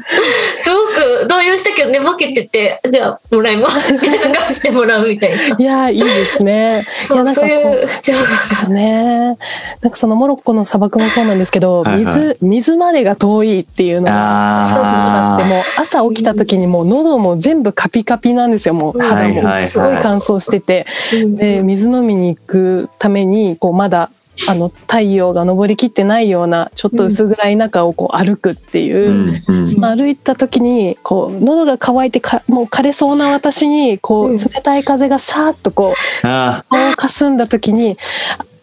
すごく動揺したけど、寝ぼけてて、じゃあもらいます、みたいな感じでもらうみたいな。
いやいいですね。い
そ
や
う、
なんか
そう
こ
いう不調が。
そうね。なんかそのモロッコの砂漠もそうなんですけど、
はいはい
水水までが遠いっていうのが。
あ
あって
あ。
もう朝起きた時にもう喉も全部カピカピなんですよもう肌
はいはいはい
もすごい乾燥してて
うん
で水飲みに行くためにこうまだあの太陽が昇りきってないようなちょっと薄暗い中をこう歩くっていうう、
んうん
まあ、歩いた時にこう喉が渇いてかもう枯れそうな私にこ
うん
う冷たい風がさーっとこう
あ
顔をかすんだ時に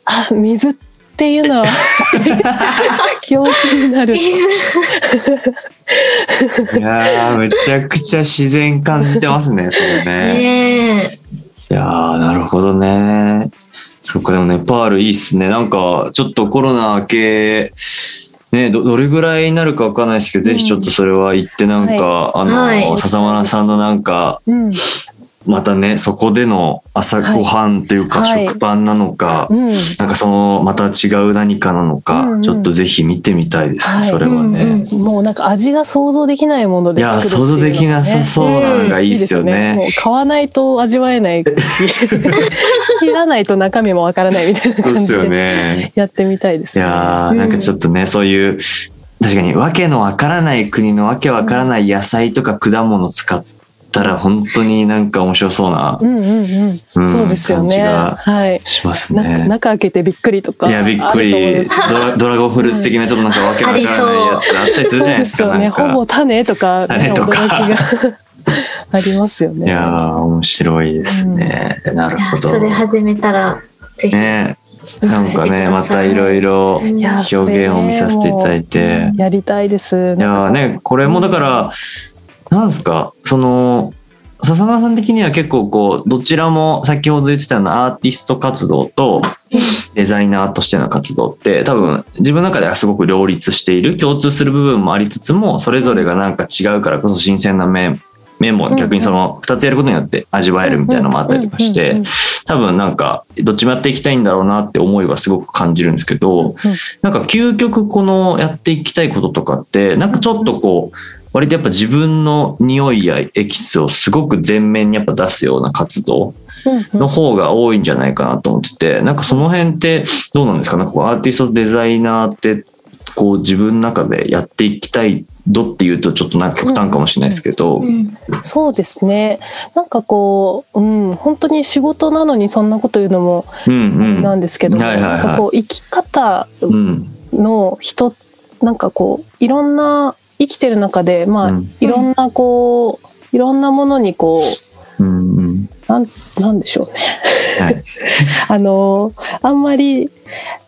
あ水っていう
[LAUGHS]
のは陽気になる
ーいやーめちゃくちゃ自然感じてますね、そ
[LAUGHS]
れね。
ね
い
え。
やーなるほどね。そっか、でもネパールいいっすね。なんか、ちょっとコロナ明け、ね、どどれぐらいになるかわかんないですけど、ぜひちょっとそれは行ってなんか、あの、
はい
笹村さんのなんか、
うん
またね、そこでの朝ごはんというか、
はい
食パンなのか、
うん
なんかそのまた違う何かなのか、
うんうん
ちょっとぜひ見てみたいですね、
はい
それはね。
うんうん
もうなんか味が想像できないもの
い
で
や
作るっていう
想
のが
像
ね
できなさそうなのがいいですよ
もう
ね。
買わないと味わえないし切らないと中身もわからないみたいな
そうです
感じ
よ
で
ね。
やってみたいで
い
すね。
やー、
うん
なんかちょっとねそういう確かに訳のわからない国の訳わからない野菜とか果物使ったら本当になんか面白そうな
うんうんうん、そうですよね。
感じ
はい。
します
なんか
ね。
中開けてびっくりとか。
いやびっく
あると思うんで
り
すけど
ドラドラゴンフルーツ的なちょっとなんかわけわからないやつあったりする
そ
じ
う
ゃない
で
です
す
か。
よね。
なんか
ほぼ種とか、
種とか
ね驚きがありますよね。
いやー面白いですね。なる
いや
ほど。
それ始めたら、ぜひ。
ねなんかね、ま
見てくだ
た
さい
いろいろ
い
や
表現を見させていただいて。
やりたいです。
いやーね、これもだから、なんですか、その、笹村さん的には結構こう、どちらも先ほど言ってたようなアーティスト活動とデザイナーとしての活動って多分自分の中ではすごく両立している、共通する部分もありつつも、それぞれがなんか違うからこそ新鮮な面、面も逆にその2つやることによって味わえるみたいなのもあったりとかし
うん
て
うんうんうん、
多分なんかどっちもやっていきたいんだろうなって思いはすごく感じるんですけど、なんか究極このやっていきたいこととかってなんかちょっとこう割とやっぱ自分の匂いやエキスをすごく前面にやっぱ出すような活動
うんう
の
ん
方が多いんじゃないかなと思っててなんかその辺ってどうなんですかなんかこうアーティストデザイナーってこう自分の中でやっていきたいどっていうとちょっとなんか極端かもしれないですけど。
うん
そうですね。なんかこう、うん、本当に仕事なのにそんなこと言うのも
うんうん
なんですけど、
うんはいはいはい
なんかこう生き方
うん
の人なんかこういろんな生きてる中でまあ、
うん
いろんなこういろんなものにこう
うんうん
なんなんでしょうね。
はい
あのあんまり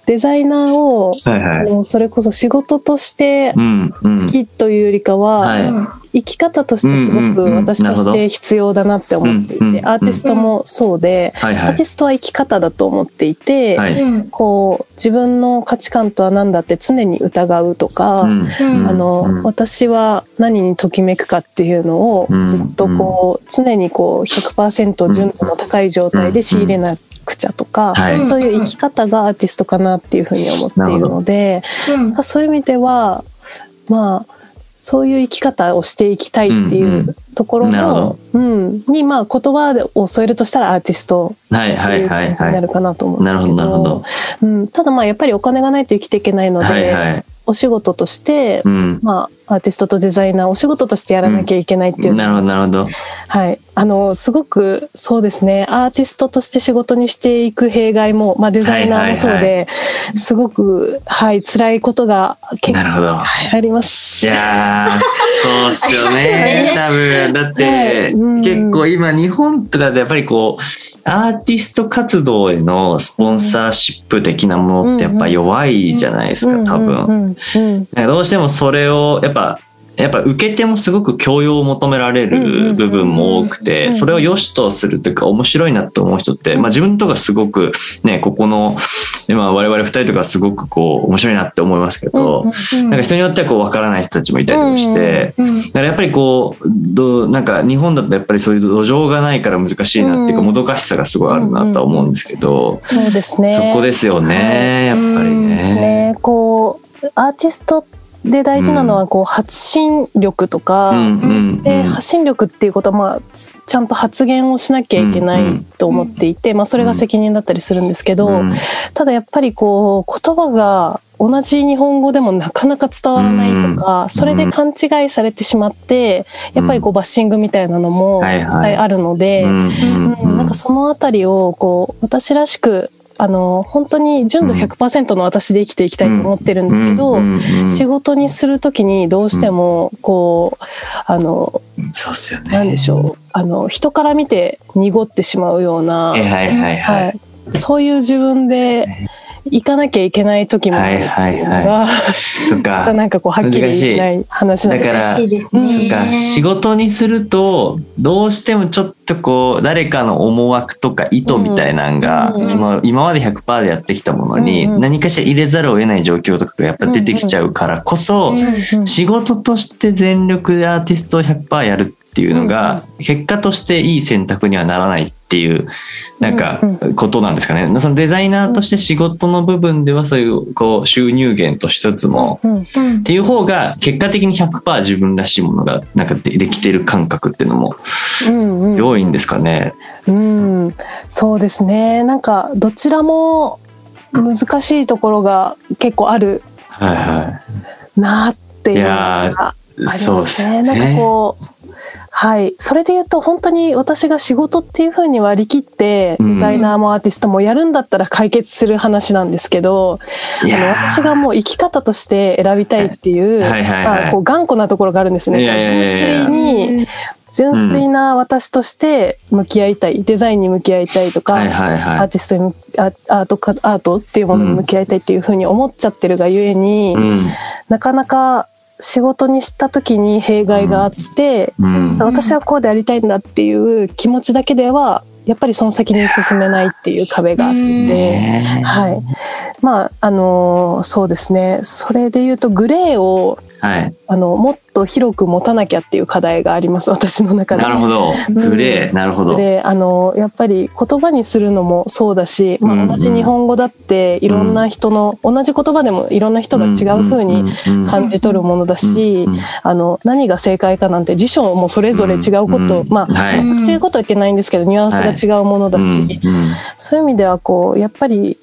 デザイナーを、
はい
あ
はい。
のそれこそ仕事として
うんうん
[LAUGHS] 好きというよりかは、
はい
生き方としてす
う
ごく
んうんうん
私として必要だなって思ってい
なる
て、
ほどうんうん
アーティストもそうで、
はい
ア
は
ーティストは生き方だと思っていて、
い。は
う
い。
ん
こう自分の価値観とは何だって常に疑うとか、
うんうん
あの、
うん
私は何にときめくかっていうのを
うん
ずっとこう、常にこう100%純度の高い状態で仕入れなくちゃとか、
はい
そういう生き方がアーティストかなっていうふうに思っているので
うん
まあそういう意味ではまあそういう生き方をしていきたいってい
んう
ううところ
なるほど
の、うんにまあ言葉を添えるとしたらアーティスト
はい
って
はいいうは
感
い
じに
は
ないる。かなと思うんで
なる
す
ほ
け
どなるほど
ど。うん、ただまあやっぱりお金がないと生きていけないので、
はいはい。
お仕事として
うん。
まアーティストとデザイナーお仕事としてやらなきゃいけないっていう、
なるほど、なるほど。
はい、あのすごくそうですねアーティストとして仕事にしていく弊害も、まあ、デザイナーもそうで、
はい
すごく、はい、辛いことが結
なるほど。
構ありま
い
す。
やー、そうっすよね。多分、だって、
はいうん
結構今日本とかでやっぱりこう、アーティスト活動へのスポンサーシップ的なものってやっぱ弱いじゃないですか、多
うんう
分。
んうんうん
なんかどうしてもそれを、やっぱ、やっぱ受け手もすごく教養を求められる部分も多く
うんうんう
て、
ん
それを良しとするというか面白いなと思う人って、まあ自分とかすごくね、ここの、今我々二人とかすごくこう面白いなって思いますけど、
うん
なんか人によってはこう分からない人たちもいたりとかして、
うん
だからやっぱりこうどうなんか日本だとやっぱりそういう土壌がないから難しいなっていうか、
うん
もどかしさがすごいあるなとは思うんですけど、
そうですね。
そこですよね、
はい
やっぱり
うん
です
ね。
ね。こうアーティストで大事なのはこう発信力とか、
うんうんう
で
ん
発信力っていうことは、まあ、ちゃんと発言をしなきゃいけないと思っていて、まあ、それが責任だったりするんですけど、
うん
ただやっぱりこう言葉が同じ日本語でもなかなか伝わらないとか、それで勘違いされてしまって、やっぱりこうバッシングみたいなのも
はいはい
実際あるので、
うん
うんなんかそのあたりをこう私らしくあの本当に純度
うん
100%の私で生きていきたいと思ってるんですけど、
うんうんうん
仕事にするときにどうしてもこうあの
そうっすよね。
なんでしょうあの人から見て濁ってしまうような、
はいはいはいはい。
はいそういう自分で行かなきゃいけない時もあるっていうの
はい
が、
そっか。
[LAUGHS] なんかこうはっきり言えない話なんです
だから
難しいですね。
そうか仕事にするとどうしてもちょっとこう誰かの思惑とか意図みたいなんが、
うん
その今まで100%でやってきたものに
うんうん
何かしら入れざるを得ない状況とかがやっぱ出てきちゃうからこそ、
うん
うん
仕事として全力でアーティストを100%やるっていうのが結果としていい選択にはならないっていうなんか
うん
ことなんですかね。そのデザイナーとして仕事の部分ではそういうこう収入源としつつも
うん
うん
っていう方が結果的に100%自分らしいものがなんかでできてる感覚っていうのも
うんうん
良いんですかね。
うん、そうですね。なんかどちらも難しいところが結構ある
はいは
なっていうの
いやー
があり
い。そう
ま
ですす
ね。
ね。
なんかこう。はい、それで言うと本当に私が仕事っていう風に割り切って
うん
デザイナーもアーティストもやるんだったら解決する話なんですけど、
い
あの
やー
私がもう生き方として選びたいっていう、
はいはいはい
まあこう頑固なところがあるんですね。
いやいやいやいや
純粋に、純粋な私として向き合いたい、デザインに向き合いたいとか、
はいはい
アー
は
ティストに向きアアートかアートっていうものに向き合いたいっていうふうに思っちゃってるがゆえに、
い。うん
なかなか仕事にした時に弊害があって、
うん
ん
私はこうでありたいんだっていう気持ちだけではやっぱりその先に進めないっていう壁があって。
ね
はい、まああのそうですねそれで言うとグレーを
はい。
あのもっと広く持たなきゃっていう課題があります私の中で
なるほど。グレー。なるほど。
であのやっぱり言葉にするのもそうだし、まあ
うんうん
同じ日本語だっていろんな人の、同じ言葉でもいろんな人が違う風に感じ取るものだし、
うんうん
あの何が正解かなんて辞書もそれぞれ違うこと、
うん
まあ
はい
うん
違うことはいけないんですけどニュアンスが違うものだし、
うんうん
そういう意味ではこうやっぱり、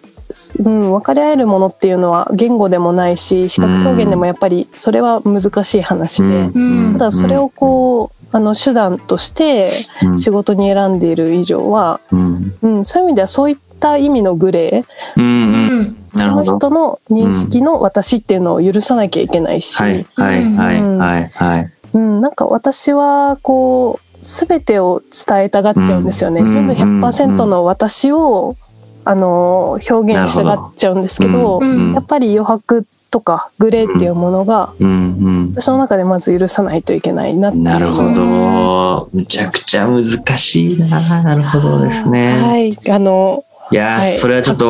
うん、分かり合えるものっていうのは言語でもないし視覚表現でもやっぱりそれは難しい話で、
うん
ただそれをこう、あの手段として
うん
仕事に選んでいる以上は、
うん
うん、そういう意味ではそういった意味のグレー
うん
う
うん
ん
な
そ
るほ
の
ど。
人の認識の私っていうのを許さなきゃいけないし、
はいはいはいはいはい。
うん、なんか私はこう全てを伝えたがっちゃうんですよね。
うん
純度
うん
100%の私を、あの表現したがっちゃうんですけど
ほどうん
やっぱり余白とかグレーっていうものが
うんうん。
私の中でまず許さないといけないなっていう
なるほど。むちゃくちゃ難しいな。なるほどですね。、
はいい、あの、
やー、
はい
それはちょっと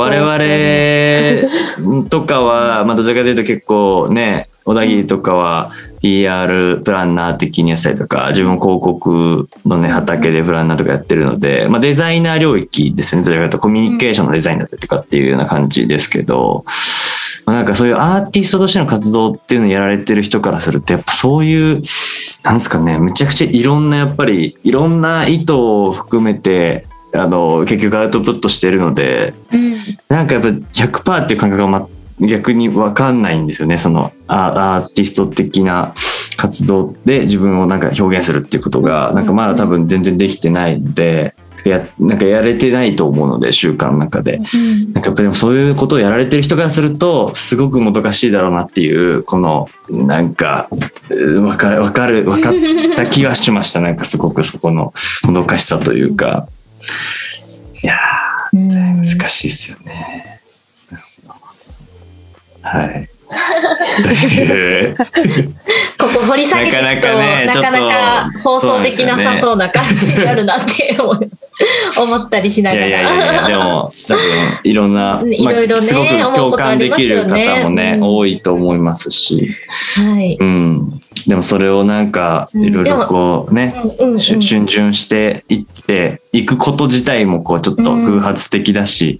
我々とかは、まあ、どちらかというと結構ね、小田切とかは PR プランナー的にやったりとか、自分も広告のね、畑でプランナーとかやってるので、まあ、デザイナー領域ですね。どちらかというとコミュニケーションのデザインだったりとかっていうような感じですけど、まあなんかそういうアーティストとしての活動っていうのをやられてる人からするとやっぱそういうなんですかねめちゃくちゃいろんなやっぱりいろんな意図を含めてあの結局アウトプットしてるので
うん
なんかやっぱ100%っていう感覚が、ま、逆に分かんないんですよねそのアアーティスト的な活動で自分をなんか表現するっていうことがなんかまだ多分全然できてないので。やなんかやれてないと思うので習慣の中で、
うん
なんかやっぱでもそういうことをやられてる人からするとすごくもどかしいだろうなっていうこのなんかうんわかるわかるわかった気がしましたなんかすごくそこのもどかしさというかいや
うん
ー難しいですよね。
[LAUGHS]
はい。という
ここ掘り下げて
な
いくと
かなかね
な
ち
か
ょっと
なか放送できなさそうな感じになるなって思う思ったりしないが
やいやいやい
ら。
や、でも、多分、いろんな、
ね
まあ
いろいろね
すごく
思う
共
ことあ
感
り
で
ます
きる
よね
方もね、
うん
多いと思いますし、
はい。
うん。でも、それをなんか、
うん
いろいろこうね、
うんうんうん
しゅ逡巡していって、いくこと自体も、こう、ちょっと
うん
偶発的だし、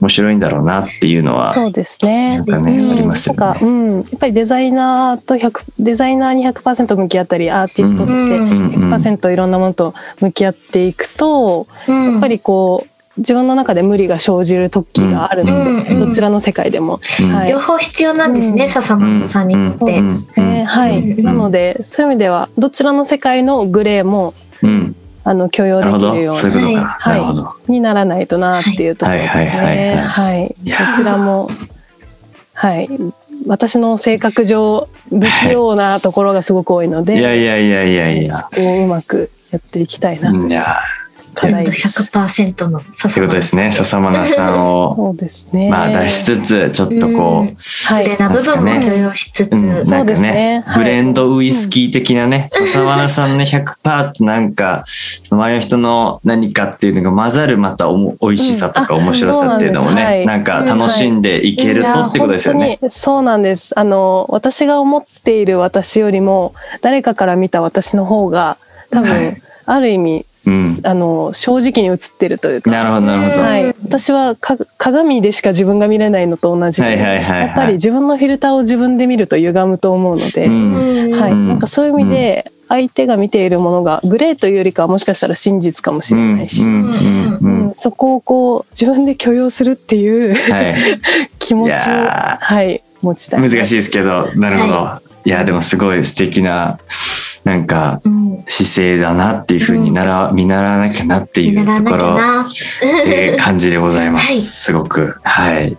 面白いんだろうなっていうのは、
そうですね
なんか
そうです
ね、
ね
あります
な
よ
んか、
ね。
うん、やっぱりデザイナーと100デザイナーに100%向き合ったりアーティストとして
うん
うんうん
100%いろんなものと向き合っていくと、
うん
やっぱりこう自分の中で無理が生じる時があるので、
うんうん
どちらの世界でも、
うん
はい
両方必要なんですね、
うん
笹本さんにとって。
うん
ねはい、
うん
なのでそういう意味ではどちらの世界のグレーも
うん。
あの許容
なるほ
できるよ
ど。そう
う
いうことか。
はい
なるほど。
ににならないとなっていうところです
はいはいはい
ね。はい
いやー
どちらもはい私の性格上不器用なところがすごく多いの
い
で、
やいやいやいやいや。
そこをうまくやっていきたいなと
いや、
課題です。
100%の
という
笹
こと
本
ですね、笹真奈さんを。
そうです [LAUGHS] ね。
まあ出しつつちょっとこう、
は
綺
い
麗な部分も許容しつつ、
うん
そ
な
うんで
か
す
ね
ねはい
ブレンドウイスキー的なね笹原さんの100%ってなんか周りの人の何かっていうのが混ざるまたおも美味しさとか
うんあ
面白さっていうのもね、
そう
な
なんん
すはい
か楽しんでいける
いや
とってことですよね。
本当にそうなんです。あの私が思っている私よりも誰かから見た私の方が多分、
はい
ある意味、
うん
あの正直に映ってるというか。
なるほどなるほど。は
はいい、私はか鏡でしか自分が見れないのと同じで、
はいはいはい。
やっぱり自分のフィルターを自分で見ると歪むと思うので、
うん
はい、
うん
なんかそういう意味で相手が見ているものがグレーというよりかはもしかしたら真実かもし
う
れ
ん
ないし、
うんうんう
うんんそこをこう自分で許容するっていう [LAUGHS]
はい
気持ちを、
いやー
はい、持ちたい。
難しいですけどなるほど。いやでもすごい素敵ななんか
うん、
姿勢だなっていうふうに習、う見習わなきゃなってい
見
う
習わ
と
な
こ
きゃ
ろ
な。
えー感じでございます。
はい
すごく。はい。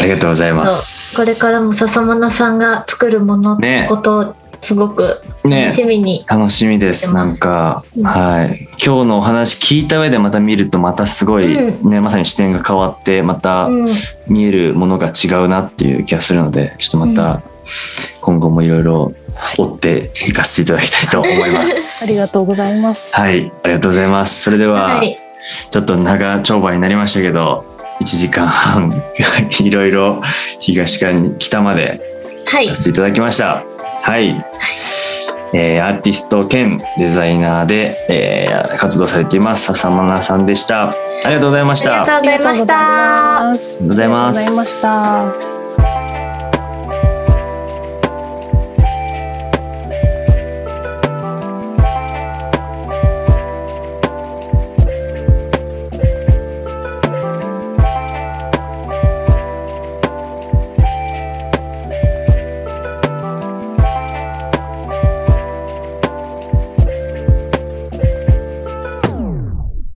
ありがとうございます。
これからも笹真さんが作るもののことをすごく
ね
楽、しみに、
楽しみです。
待
な
ってます
んか、
うん
はい。今日のお話聞いた上でまた見ると、またすごい、
う
ね、まさに視点が変わって、また
うん
見えるものが違うなっていう気がするので、ちょっとまた、今後もいろいろ追っていかせていただきたいと思いま [LAUGHS] す。
ありがとうございます。
はい、ありがとうございます。それでは、
はい、
ちょっと長丁場になりましたけど、1時間半、 [LAUGHS] いろいろ東から北まで
はい
さ、せていただきました。はい。えーアーティスト兼デザイナーで、えー活動されています笹真奈さんでした。ありがとうございました。
ありがとうございました。
ありがとうございます
ありがとうございます
ありがとうございました。